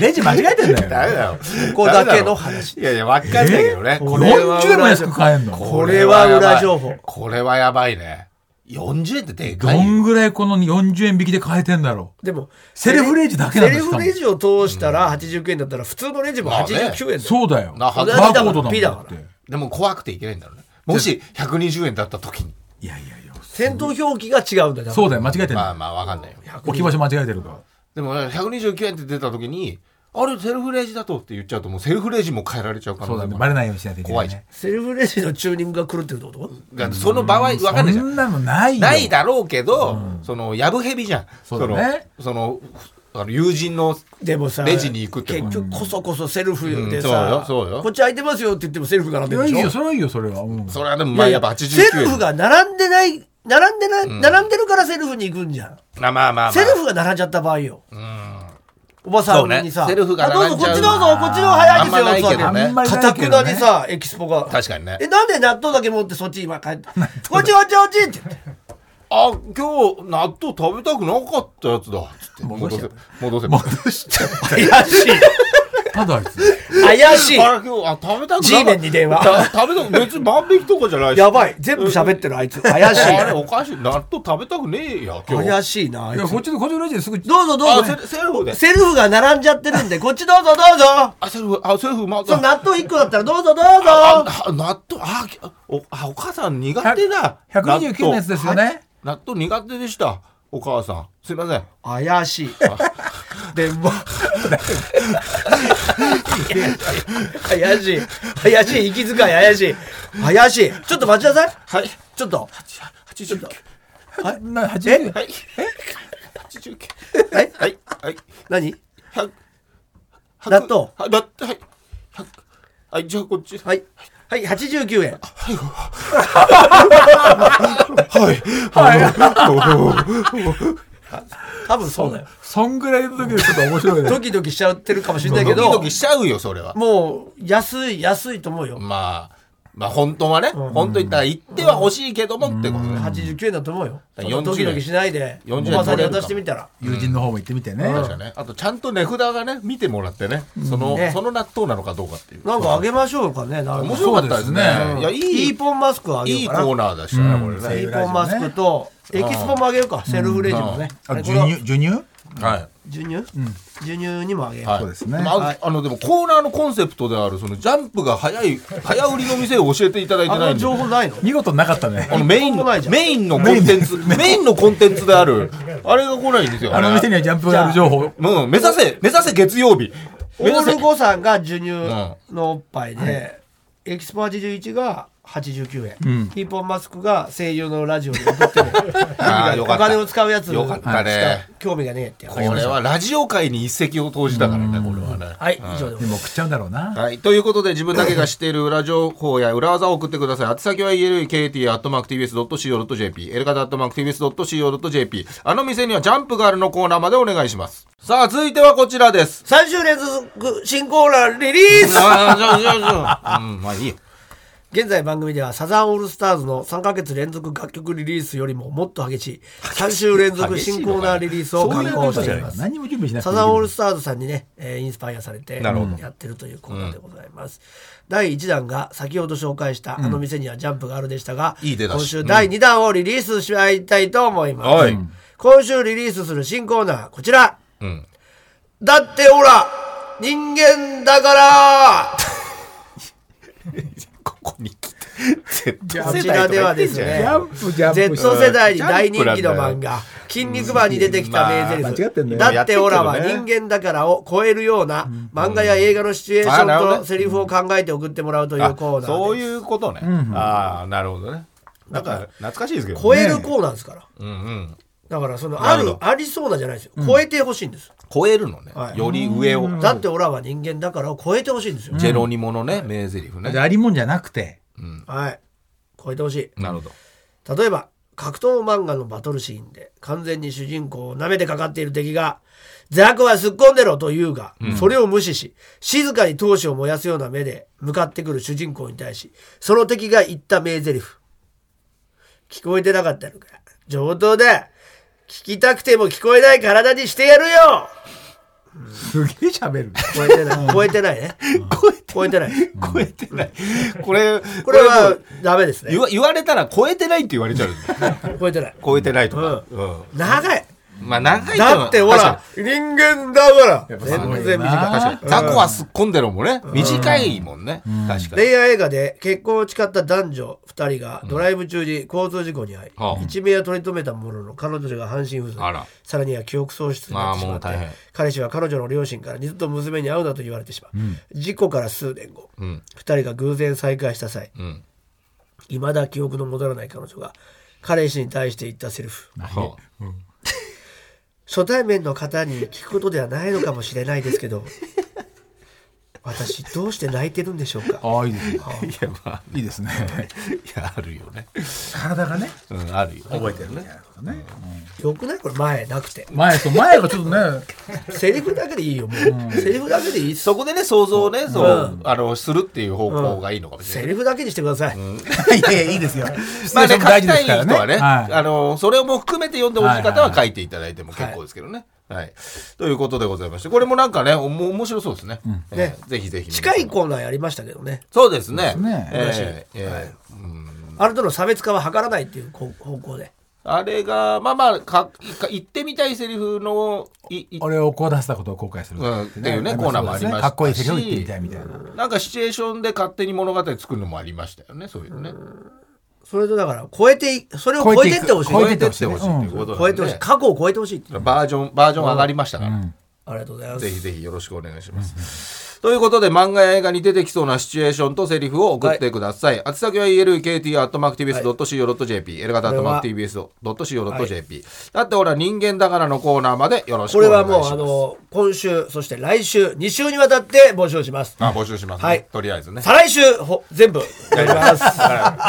S3: レジ間違えてん
S2: ダ
S3: だ
S2: メ
S3: よ。
S2: だよ。
S1: ここだけの話
S2: いやいや、わかんないけどね。これは
S3: 40円も安く買えんの
S1: これは裏情報。
S2: これはやばいね。40円ってでか
S3: ど
S2: いよ。
S3: んぐらいこの40円引きで買えてんだろ
S1: でも、
S3: セルフレジだけなんですか
S1: セルフレジを通したら89円だったら、普通のレジも89円
S3: う。
S1: だよ。
S3: そうだよ。
S2: な
S3: バ
S2: は
S3: ー
S2: ず
S3: コードだもん
S1: ピだ
S3: だっ
S1: か
S3: て
S1: ら。
S2: でも怖くていけないんだろうね。もし120円だった時に。
S3: いやいやいや。
S1: 店頭表記が違うんだよ。
S3: そう
S1: だ。
S3: だよ、間違えてん
S2: まあ
S3: だよ。
S2: まあわかんないよ。
S3: 置き場所間違えてるから。
S2: でも129円って出た時に、あれセルフレジだとって言っちゃうともうセルフレジも変えられちゃうから。
S3: そうだね。バレないようにしないといけないね。
S1: セルフレジのチューニングが狂ってるってこと
S2: だってその場合わかんないじゃ
S3: そん
S2: ん。
S3: なのないよ。
S2: ないだろうけど、その、やぶへびじゃん。
S3: そうだね
S2: の、その、あの友人の、
S1: でもさ、
S2: レジに行くってこと
S1: 結局、こそこそセルフで
S2: うん
S1: さ、
S2: そうよそうよ
S1: こっち空いてますよって言ってもセルフが並んで
S3: いや
S1: る
S3: いい
S1: で
S3: よ、
S1: しょ。
S3: それはいいよ、それは。うん
S2: それはでもまあやっぱ89
S1: セ
S2: 円。
S1: ルフが並んでない、並んでない、並んでるからセルフに行くんじゃん。
S2: まあまあまあまあ。
S1: セルフが並んじゃった場合よ。おばさんにさ、
S2: そうねセルフが
S1: あどうぞ
S2: 並ん
S1: こ
S2: じ
S1: っ
S2: ゃう
S1: ちどうぞ、こっちの方が早いですよ
S2: あんまないけどね
S1: って言われて
S3: あんまり
S1: か
S3: ない
S1: た
S3: け
S1: く
S3: ど
S1: な
S3: ね
S1: にさ、エキスポが。
S2: 確かにね
S1: え、なんで納豆だけ持ってそっち今帰って。こっちこっちこっちって言って。
S2: あ、今日、納豆食べたくなかったやつだ。つって
S3: 戻
S2: 戻
S3: し
S2: せ
S3: ち、
S2: 戻せ。
S3: 戻しちゃった。
S1: 怪しい。
S3: ただあいつ。
S1: 怪しい。
S2: あれ今日、あ、食べたくなかった。
S1: G メンに電話
S2: た食べたく、別に万引きとかじゃないし。
S1: やばい。全部喋ってるあいつ。怪しい。
S2: あれ、おかしい。納豆食べたくねえや、今日。
S1: 怪しいな、あい
S3: いや、
S1: つ
S3: こっちの、こっちのレジですぐ。
S1: どうぞどう
S2: あ、
S1: ぞ
S2: セ。ルセルフで。
S1: セルフが並んじゃってるんで、こっちどうぞどうぞ。
S2: あ、セルフ、あ、セルフ、ま
S1: その
S2: あ、
S1: 納豆一個だったらどうぞどう
S2: あ
S1: ぞ。
S2: あ納豆、あ、きお、あ、お母さん苦手だ。
S3: 129のやつですよ
S2: 納
S3: ね。
S2: 豆。納豆苦手でした。お母さん。すいません。
S1: 怪しい。電話。怪しい。怪しい。息遣い怪しい。怪しい。ちょっと待ちなさい。
S2: はい。
S1: ちょっと。
S2: 89。
S3: あな89
S2: はい。89。
S1: え
S2: はい。はい。
S1: 何
S2: 100
S1: 納豆
S2: はい納豆はいはい、じゃあこっち。
S1: はい。はい、89円。
S2: はい。
S1: 多分そうだよ。
S3: そんぐらいの時はちょっと面白いね
S1: ドキドキしちゃってるかもしれないけ
S2: ドキド
S1: ど
S2: キ、しちゃうよ、それは。
S1: もう、安い、安いと思うよ。
S2: まあ、まあ本当はね、本当言ったら行っては欲しいけどもってことね。
S1: 89円だと思うよ。
S2: だ
S1: そ
S2: から
S1: んなドキドキしないで、
S2: 40
S1: お
S2: 円
S1: ばさんに渡してみたら。
S3: 友人の方も行ってみてね、
S2: 確かにね。あと、ちゃんと値札がね、見てもらってね、その、
S1: ね
S2: その納豆なのかどうかっていう。
S1: なんかあげましょうかね、なん
S2: 面
S1: か。
S2: 白かったですね。
S3: そうで
S2: い
S3: す
S2: や、いい、
S1: イーポンマスクをあげ
S2: いい
S1: よう
S2: コ
S1: かな。
S2: ーナーでしたね、こ
S3: ー
S2: れ
S1: イ
S2: ね。
S1: ーポンマスクと、エキスポもあげようか、セルフレジもね。
S3: あ
S1: あれこれ
S3: 授
S1: は
S3: 乳授乳
S2: はい。
S1: 授乳授乳にもあげよう。
S2: はい
S3: そうですね
S2: もああの、でもコーナーのコンセプトである、そのジャンプが早い、早売りの店を教えていただいて
S1: あ
S2: ない
S1: の
S2: んで。
S1: 情報ないの
S3: 見事なかったね
S2: あのメイ
S1: 一
S2: ン
S1: 個
S2: の
S1: もないじゃん
S2: メインのコンテンツ、メインのコンテンツである、あれが来ないんですよ。
S3: あの店にはジャンプがある情報
S2: うん、目指せ、目指せ月曜日。
S1: オ
S2: 目指
S1: ー
S2: せ
S1: ル。5さんが授乳のおっぱいで、エキスポ81が89円、ヒーポンマスクが声優のラジオで送ってる
S2: あーよ
S1: お
S2: かった
S1: 金を使うやつ
S2: よかったね
S1: しか興味がねえってやつ
S2: これはラジオ界に一石を投じたからね、これはね。
S1: はい以上で
S3: でも送っちゃうんだろうな
S2: はい。ということで、自分だけが知っている裏情報や裏技を送ってください。宛先は elkt.tvs.co.jp、エレカタ .tvs.co.jp。あの店にはジャンプガールのコーナーまでお願いします。さあ、続いてはこちらです。
S1: 3週連続新コーナーリリース
S2: ああ、じゃあ、じゃあ、じゃあ。うん、まあいいよ。
S1: 現在番組ではサザンオールスターズの3ヶ月連続楽曲リリースよりももっと激しい3週連続新コーナーリリースを
S3: そう
S1: 刊
S3: いう
S1: 行
S3: こ
S1: し
S3: とじ
S1: てい
S3: ゃな
S1: ま
S3: い
S1: す
S3: 何も準備しなくて
S1: サ
S3: いい
S1: ザンオールスターズさんにね、えーインスパイアされて
S2: なるほど
S1: やってるというコーナーでございます、第1弾が先ほど紹介したあの店にはジャンプがあるでしたが、
S2: いい出だし
S1: 今週第2弾をリリースし合いたいと思います、
S2: はい
S1: うん今週リリースする新コーナーこちら
S2: うん。
S1: だってほら人間だから
S2: ここに来て、
S1: こちらではですね
S3: ジャンプジャンプ
S1: Z 世代に大人気の漫画「筋肉マン」に出てきた名
S3: う
S1: 台
S3: ん間違ってん
S1: 詞
S3: ね
S1: だってオラは人間だから」を超えるような漫画や映画のシチュエーシ
S2: あなるほ
S1: ョン
S2: ど
S1: と
S2: ね
S1: セリフを考えて送ってもらうというコー
S2: あ
S1: ナ
S2: そ
S1: ー
S2: う
S1: で
S2: いうことね。ああ、なるほどね。なんか、懐かしいですけどね。
S1: 超えるコーナーですから
S2: うんうん。
S1: だからそのあ
S2: な
S1: る
S2: るほ
S1: ありそうなんじゃないですよ超えてほしいんです
S2: 超えるのね
S1: は。い
S2: より上を。
S1: だってオラは人間だからを超えてほしいんですよ
S2: ジェロニモのね、名台詞ね
S3: で。ありもんじゃなくて
S1: はい超えてほしい
S2: なるほど。
S1: 例えば格闘漫画のバトルシーンで完全に主人公を舐めてかかっている敵が「ザクはすっこんでろ」と言うが、それを無視し静かに闘志を燃やすような目で向かってくる主人公に対しその敵が言った名台詞聞こえてなかったのか上等だ聞きたくても聞こえない体にしてやるよ
S3: すげえ喋る
S1: 超えて ない超えてないね
S2: 超えて
S1: 超えてない
S2: 超えてない。これ、
S1: これ
S2: も
S1: は
S2: う
S1: ダメですね
S2: 言わ言われたら超えてないって言われちゃう。
S1: 超えてない
S2: 超えてないとか。うん
S1: 長い
S2: まあ長いのは
S1: だってほら、人間だから
S3: やっぱすごい
S1: 全然短い
S3: よ
S2: 確
S3: な
S2: かに確かに。ザコはすっこんでるのもね、短いもんね。確かに。
S1: 恋愛映画で結婚を誓った男女2人がドライブ中に交通事故に遭い、
S2: はあ
S1: 一命は取り留めたものの彼女が半身不随
S2: あら
S1: さらには記憶喪失になってしまって
S2: ああもう大変
S1: 彼氏は彼女の両親から二度と娘に会うなと言われてしまう、事故から数年後、二
S2: ん
S1: 2人が偶然再会した際
S2: うん。
S1: いまだ記憶の戻らない彼女が彼氏に対して言ったセリフ
S2: は
S1: 初対面の方に聞くことではないのかもしれないですけど私どうして泣いてるんでしょうか
S3: ああいいですね
S2: あ いや、まあ、
S3: いいですね
S2: いや、あるよね。
S3: 体がね
S2: うん、あるよ。覚えてるね。
S3: ね
S1: よくないこれ前なくて
S3: 前と前がちょっと ね
S1: セリフだけでいいよもうセリフだけでいいっす
S2: そこでね、想像をね、そう、あの、するっていう方向がいいのかもしれ
S1: セ
S2: ない。
S1: リフだけにしてください、
S3: いやいやいいですよ
S2: まあね、書き
S3: 大事で
S2: たい
S3: すから
S2: 人はね、
S3: はい
S2: あの、それも含めて読んでほしい方
S3: はいはい
S2: は書いていただいても結構ですけどね。はい。ということでございまして、これもなんかね、おも面白そうですね。えーぜひぜひ。
S1: 近いコーナーやりましたけどね
S2: そうですね。
S3: ね
S2: えーえー
S1: あれとの差別化は図らないっていうこ方向で
S2: あれが、まあまあ、かか言ってみたいセリフの、いい
S3: 俺をこう出したことを後悔する
S2: うんっていうねコーナーもありましたし
S3: かっこいいセリフを言ってみたいみたいな
S2: なんかシチュエーションで勝手に物語作るのもありましたよね、そういうね。そ
S1: それとだから超えていそれを超えてってほしい
S3: 超
S2: 超
S3: え
S2: え
S3: て
S2: て
S3: っ
S2: ってて
S3: ほ
S2: ほ
S3: し
S2: しい
S3: いね
S2: ということ
S1: 超
S2: な
S1: え
S2: ん
S1: て
S2: で
S1: ほしい過去を超えてほしい
S2: バージョン、バージョン上がりましたから。
S1: ありがとうございます
S2: ぜひぜひよろしくお願いします。ということで、漫画や映画に出てきそうなシチュエーションとセリフを送ってください。宛先は elkt.mactvs.co.jp、エレガタ .mactvs.co.jp、だってほら、人間だからのコーナーまでよろしく
S1: こ
S2: お
S1: れ
S2: 願い
S1: は
S2: しま
S1: も
S2: す。
S1: うあの今週そして来週2週にわたって募集します
S2: あ、募集しますね、
S1: はい
S2: とりあえずね。
S1: 再来週ほ全部やります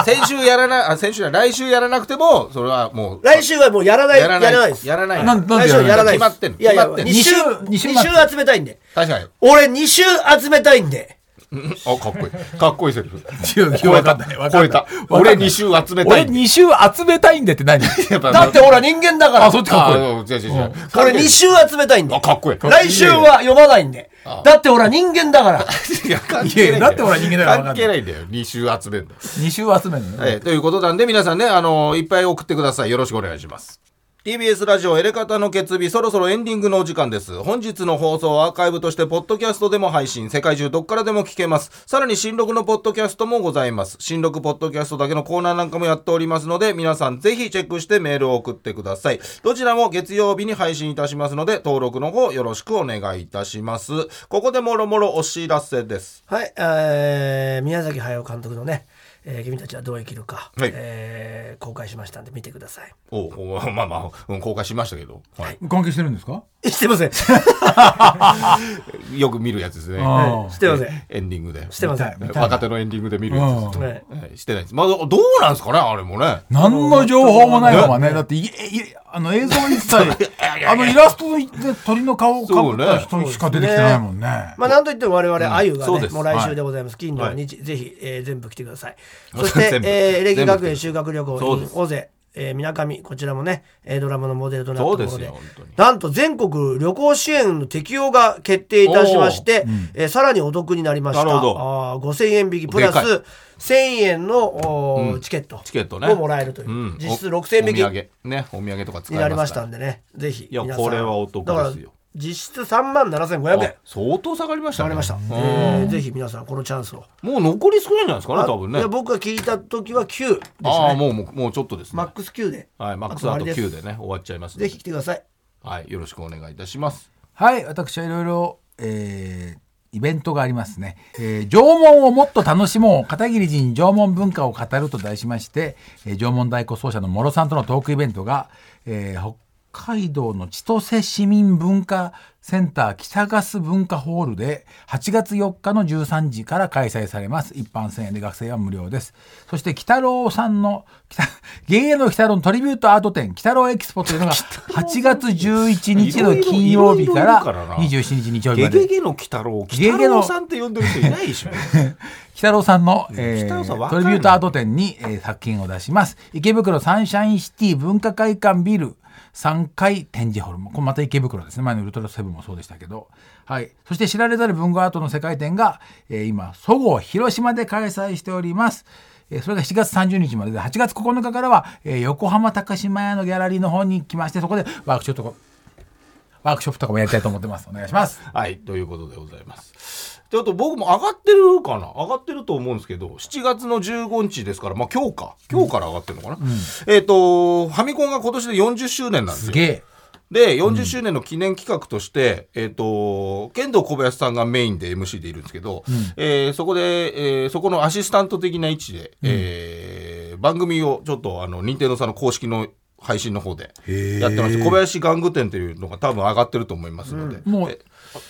S2: 先週やらな、あ、先週じゃない来週やらなくても、それはもう、
S1: 来週はもうやらないや
S2: やら
S1: ら
S2: ない。
S1: ないです
S2: やらない。
S5: なんなん
S1: 来
S5: で
S1: 週はやらないです
S2: 決まってんの
S1: いやいや
S2: 決まってんの
S1: 2週
S5: 二
S1: 二
S5: 週
S1: 週
S5: 二週
S1: 集めたいんで
S2: 確かに。
S1: 俺2週集めたいんで
S2: うんあ、かっこいい。かっこいいセリフ。
S5: 違う、
S2: 超え
S5: わか
S2: た
S5: んない。わ。か
S2: 超え
S5: んない
S2: た。俺2週集めた
S3: 俺
S2: いんで。
S3: 2週集めたいんでって何
S2: やっぱ
S1: だってほら人間だから
S5: あ、そっちかっこいい。
S2: あ、違う違う違う。
S1: これ2週集めたいんで
S2: あかっこいい
S1: 来週は読まないんでだってほら人間だから
S2: いや、関
S5: いやだって俺人間だから分か
S2: 関
S5: んない
S2: 係ないんだよ。2週集めんだよ。
S3: 2週集めるのね
S2: ええということなんで、皆さんね、あのいっぱい送ってください。よろしくお願いします。TBS ラジオエレカタの決日、そろそろエンディングのお時間です。本日の放送はアーカイブとして、ポッドキャストでも配信、世界中どっからでも聞けます。さらに新録のポッドキャストもございます。新録ポッドキャストだけのコーナーなんかもやっておりますので、皆さんぜひチェックしてメールを送ってください。どちらも月曜日に配信いたしますので、登録の方よろしくお願いいたします。ここでもろもろお知らせです。
S1: はい、えー宮崎駿監督のね、えー君たちはどう生きるか、
S2: はい
S1: えー公開しましたんで見てください。
S2: おおまあまあ、うん公開しましたけど、はい
S5: 関係してるんですか
S1: してません。し
S2: よく見るやつですね。
S5: あ
S1: てません。
S2: エンディングで。
S1: してません。
S5: 見たい
S2: 若手のエンディングで見るやつですね。
S1: はい
S2: はいしてないです。まあ、どどうなんですかね、あれもね。
S5: 何の情報もないままね。だって、い、い、あの映像一 切、あのイラストで鳥の顔を
S2: そ
S5: 描
S2: う
S5: い
S2: ね
S5: た人しか出てきてないもんね。
S1: まあ、なんといっても我々、あゆが
S2: そう
S1: ね
S2: で、す
S1: もう来週でございます。金土日、ぜひ、えー全部来てください。そして
S2: 全、部
S1: えー、歴
S2: 全部来て
S1: 学園修学旅
S2: そ
S1: 行
S2: う
S1: in
S2: です
S1: 尾瀬、えー、みなかみ、こちらもね、えードラマのモデルとなった
S2: そう
S1: と
S2: で
S1: ころ
S2: す
S1: で
S2: よ本当に、
S1: なんと全国旅行支援の適用が決定いたしまして、えーさらにお得になりました。
S2: なるほど
S1: あー5000円引きプラス
S2: でかい
S1: 1000円のおーチケット
S2: チケットね。
S1: をもらえるという、
S2: ん
S1: 実質
S2: お
S1: 6000
S2: お土
S1: 円引
S2: 産。ね、お土産とか
S1: き
S2: 使
S1: にな
S2: え
S1: り
S2: ま
S1: ますし
S2: か
S1: た
S2: ら。
S1: んでね、ぜひ
S2: いや
S1: 皆さん。
S2: これはお得ですよ
S1: だから実質3万7500円
S2: あ。相当下がりました
S1: あ
S2: ね。
S1: りました、
S2: うん
S1: えーぜひ皆さんこのチャンスを
S2: もう残り少ないんじゃないですかね、多分ね。
S1: いや僕が聞いた時は9です
S2: ああ、
S1: ね
S2: もう、もうもうちょっとですね
S1: マッ。クス9で
S2: はい、マックス
S1: あ
S2: アー
S1: と
S2: ト
S1: 終わり
S2: 9
S1: す
S2: でね、終わっちゃいますんで
S1: ぜひ来てください
S2: はい、よろしくお願いいたします。
S3: はい、私はいろいろ、えーイベントがありますね。えー縄文をもっと楽しもう、片桐人縄文文化を語ると題しまして、えー縄文大鼓奏者の諸さんとのトークイベントが、えー北海道の千歳市民文化センター北ガス文化ホールで8月4日の13時から開催されます。一般1000円で学生は無料です。そして、北郎さんの、北、現役の北郎のトリビュートアート展、北郎エキスポというのが8月11日の金曜
S2: いろいろいろいろい
S3: 日か
S2: るから
S3: ら
S2: な
S3: 27日日曜日
S2: ゲ
S3: ま
S2: ゲ
S3: で
S2: ゲの鬼太郎、
S3: ゲゲ
S2: 鬼太
S3: の
S2: 郎さんって呼んでる人いないでしょ。
S3: 北郎さんの、え
S2: 北郎さんわ
S3: ー、
S2: かん
S3: ト
S2: ない
S3: リビュートアート展に、えー作品を出します池袋サンシャインシティ文化会館ビル3階展示ホールもこれまた池袋ですね前のウルトラセブンもそうでしたけど、はい、そして知られざる文具アートの世界展が、えー今そごう広島で開催しておりますえーそれが7月30日までで8月9日からは、えー横浜高島屋のギャラリーの方に来ましてそこでワークショップとかワークショップとかもやりたいと思ってますお願いします
S2: はい、ということでございます。ちょっと僕も上がってるかな上がってると思うんですけど、7月の15日ですから、まあ今日か。今日から上がってるのかな、えっ、と、ファミコンが今年で40周年なんです
S3: す
S2: よ。
S3: げえ
S2: で、40周年の記念企画として、えっ、と、剣道小林さんがメインで MC でいるんですけど、えーそこで、えーそこのアシスタント的な位置で、えー番組をちょっと、あの、任天堂さんの公式の配信の方でやってまして、小林玩具店というのが多分上がってると思いますので、
S3: もう
S2: え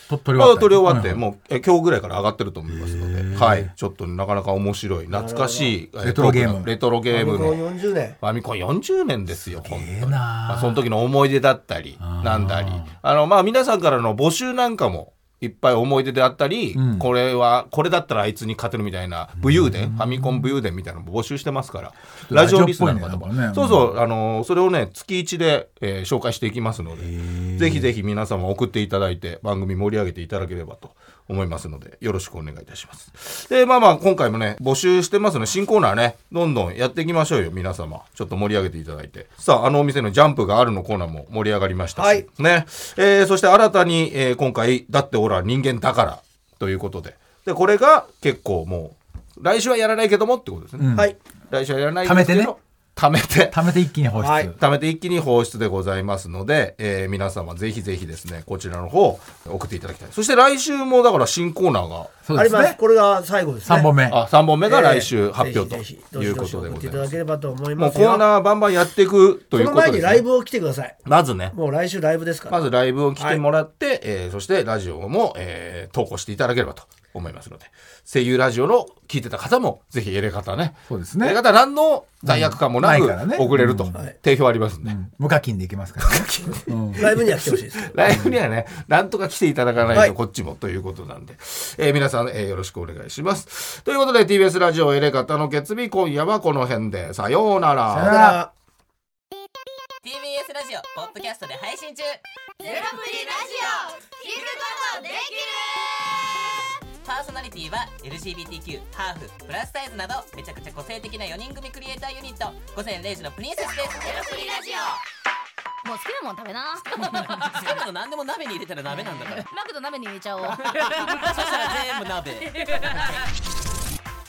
S3: と取
S2: まだ取り終わっ
S3: はい
S2: て、もうえ今日ぐらいから上がってると思いますので、はい、ちょっとなかなか面白い、懐かしい、えー
S3: レトロゲーム
S2: 僕のレトロゲーム
S1: 僕も
S2: の。
S1: 40年
S2: ファミコン40年ですよ、本当に。
S3: なあ
S2: まあ、その時の思い出だったり、なんだり。あの、まあ、皆さんからの募集なんかも、いっぱい思い出であったり、これは、これだったらあいつに勝てるみたいな、武勇伝、ファミコン武勇伝みたいなのも募集してますから、ラジオリスナーの方
S5: ラジオっぽいねなんか
S2: も。そうそう、あの、それをね、月1で、えー紹介していきますので、ぜひぜひ皆様送っていただいて、番組盛り上げていただければと思いますので、よろしくお願いいたします。で、まあまあ、今回もね、募集してますので、新コーナーね、どんどんやっていきましょうよ、皆様。ちょっと盛り上げていただいて。さあ、あのお店のジャンプがあるのコーナーも盛り上がりましたし、
S1: はい
S2: ね。えーそして新たに、えー今回、だってオラ人間だから、ということで。で、これが結構もう、来週はやらないけどもってことですね。
S1: はい
S2: 来週はやらない
S3: 貯めてね
S2: ですけど貯めて、
S6: 貯めて一気に放出、
S1: はい
S2: 貯めて一気に放出でございますので、えー皆様ぜひぜひですね、こちらの方送っていただきたい。そして来週もだから新コーナーが、
S6: そう
S1: あ
S6: で
S1: り
S6: す
S1: ます
S6: ね
S1: これが最後ですね
S6: 3本目
S2: あ、3本目が来週
S1: え
S2: 発
S1: え
S2: 表と
S1: ぜひぜひど
S2: いう
S1: ど
S2: こ
S1: し
S2: とで
S1: 送
S2: ご
S1: って
S2: ざ
S1: いただ
S2: います
S1: け。ればと思い
S2: も
S1: ま
S2: う
S1: す
S2: コーナーバンバンやっていくと
S1: そ
S2: いう
S1: の
S2: こと
S1: 前
S2: です、
S1: に
S2: ね。
S1: ライブを来てください
S2: まずね。
S1: もう来週ライブですから
S2: まずライブを来てもらって、えーそしてラジオも、えー投稿していただければと思いますので、声優ラジオの聞いてた方も、ぜひエレ方ね。
S6: そうですね
S2: エレ方何の罪悪感もな
S6: う
S2: く
S6: んないからね、
S2: 送れると、
S1: はい
S2: 定評ありますんで。
S6: 無課金でいけますから、ね、
S1: ライブには来てほしいです
S2: ライブにはね、なんとか来ていただかな
S1: はい
S2: と、
S1: い
S2: こっちもということなんで、えー皆さん、えーよろしくお願いします。ということで、TBS ラジオエレ方の月日、今夜はこの辺で、さようなら。
S1: さよなら
S7: TBS ラジオポッドキャストで配信中
S8: ゼロプリラジオ聞くことできる
S7: パーソナリティは LGBTQ ハーフプラスサイズなどめちゃくちゃ個性的な4人組クリエイターユニット午前0時のプリンセスですゼロプリラジオ
S8: もう好きなもん食べな
S7: 好きなの何でも鍋に入れたら鍋なんだから
S8: マクド鍋に入れち ゃおう
S7: そしたら全部鍋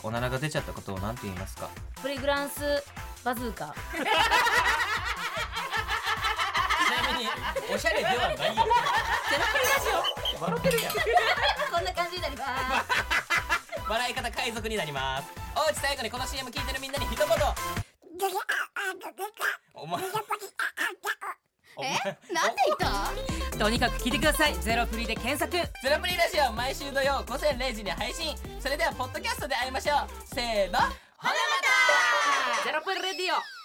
S7: おならが出ちゃったことを何て言いますか
S8: プリグランスバズーカ
S7: ちなみにおしゃれではないよ
S8: こんな感じになります
S7: 笑い方海賊になりますおうち最後にこの CM 聞いてるみんなに一言お前お前
S8: なんで言ったとにかく聞いてくださいゼロプリで検索
S7: ゼロプリラジオ毎週土曜午前0時に配信それではポッドキャストで会いましょうせーのほなまた
S8: ゼロプリレディオ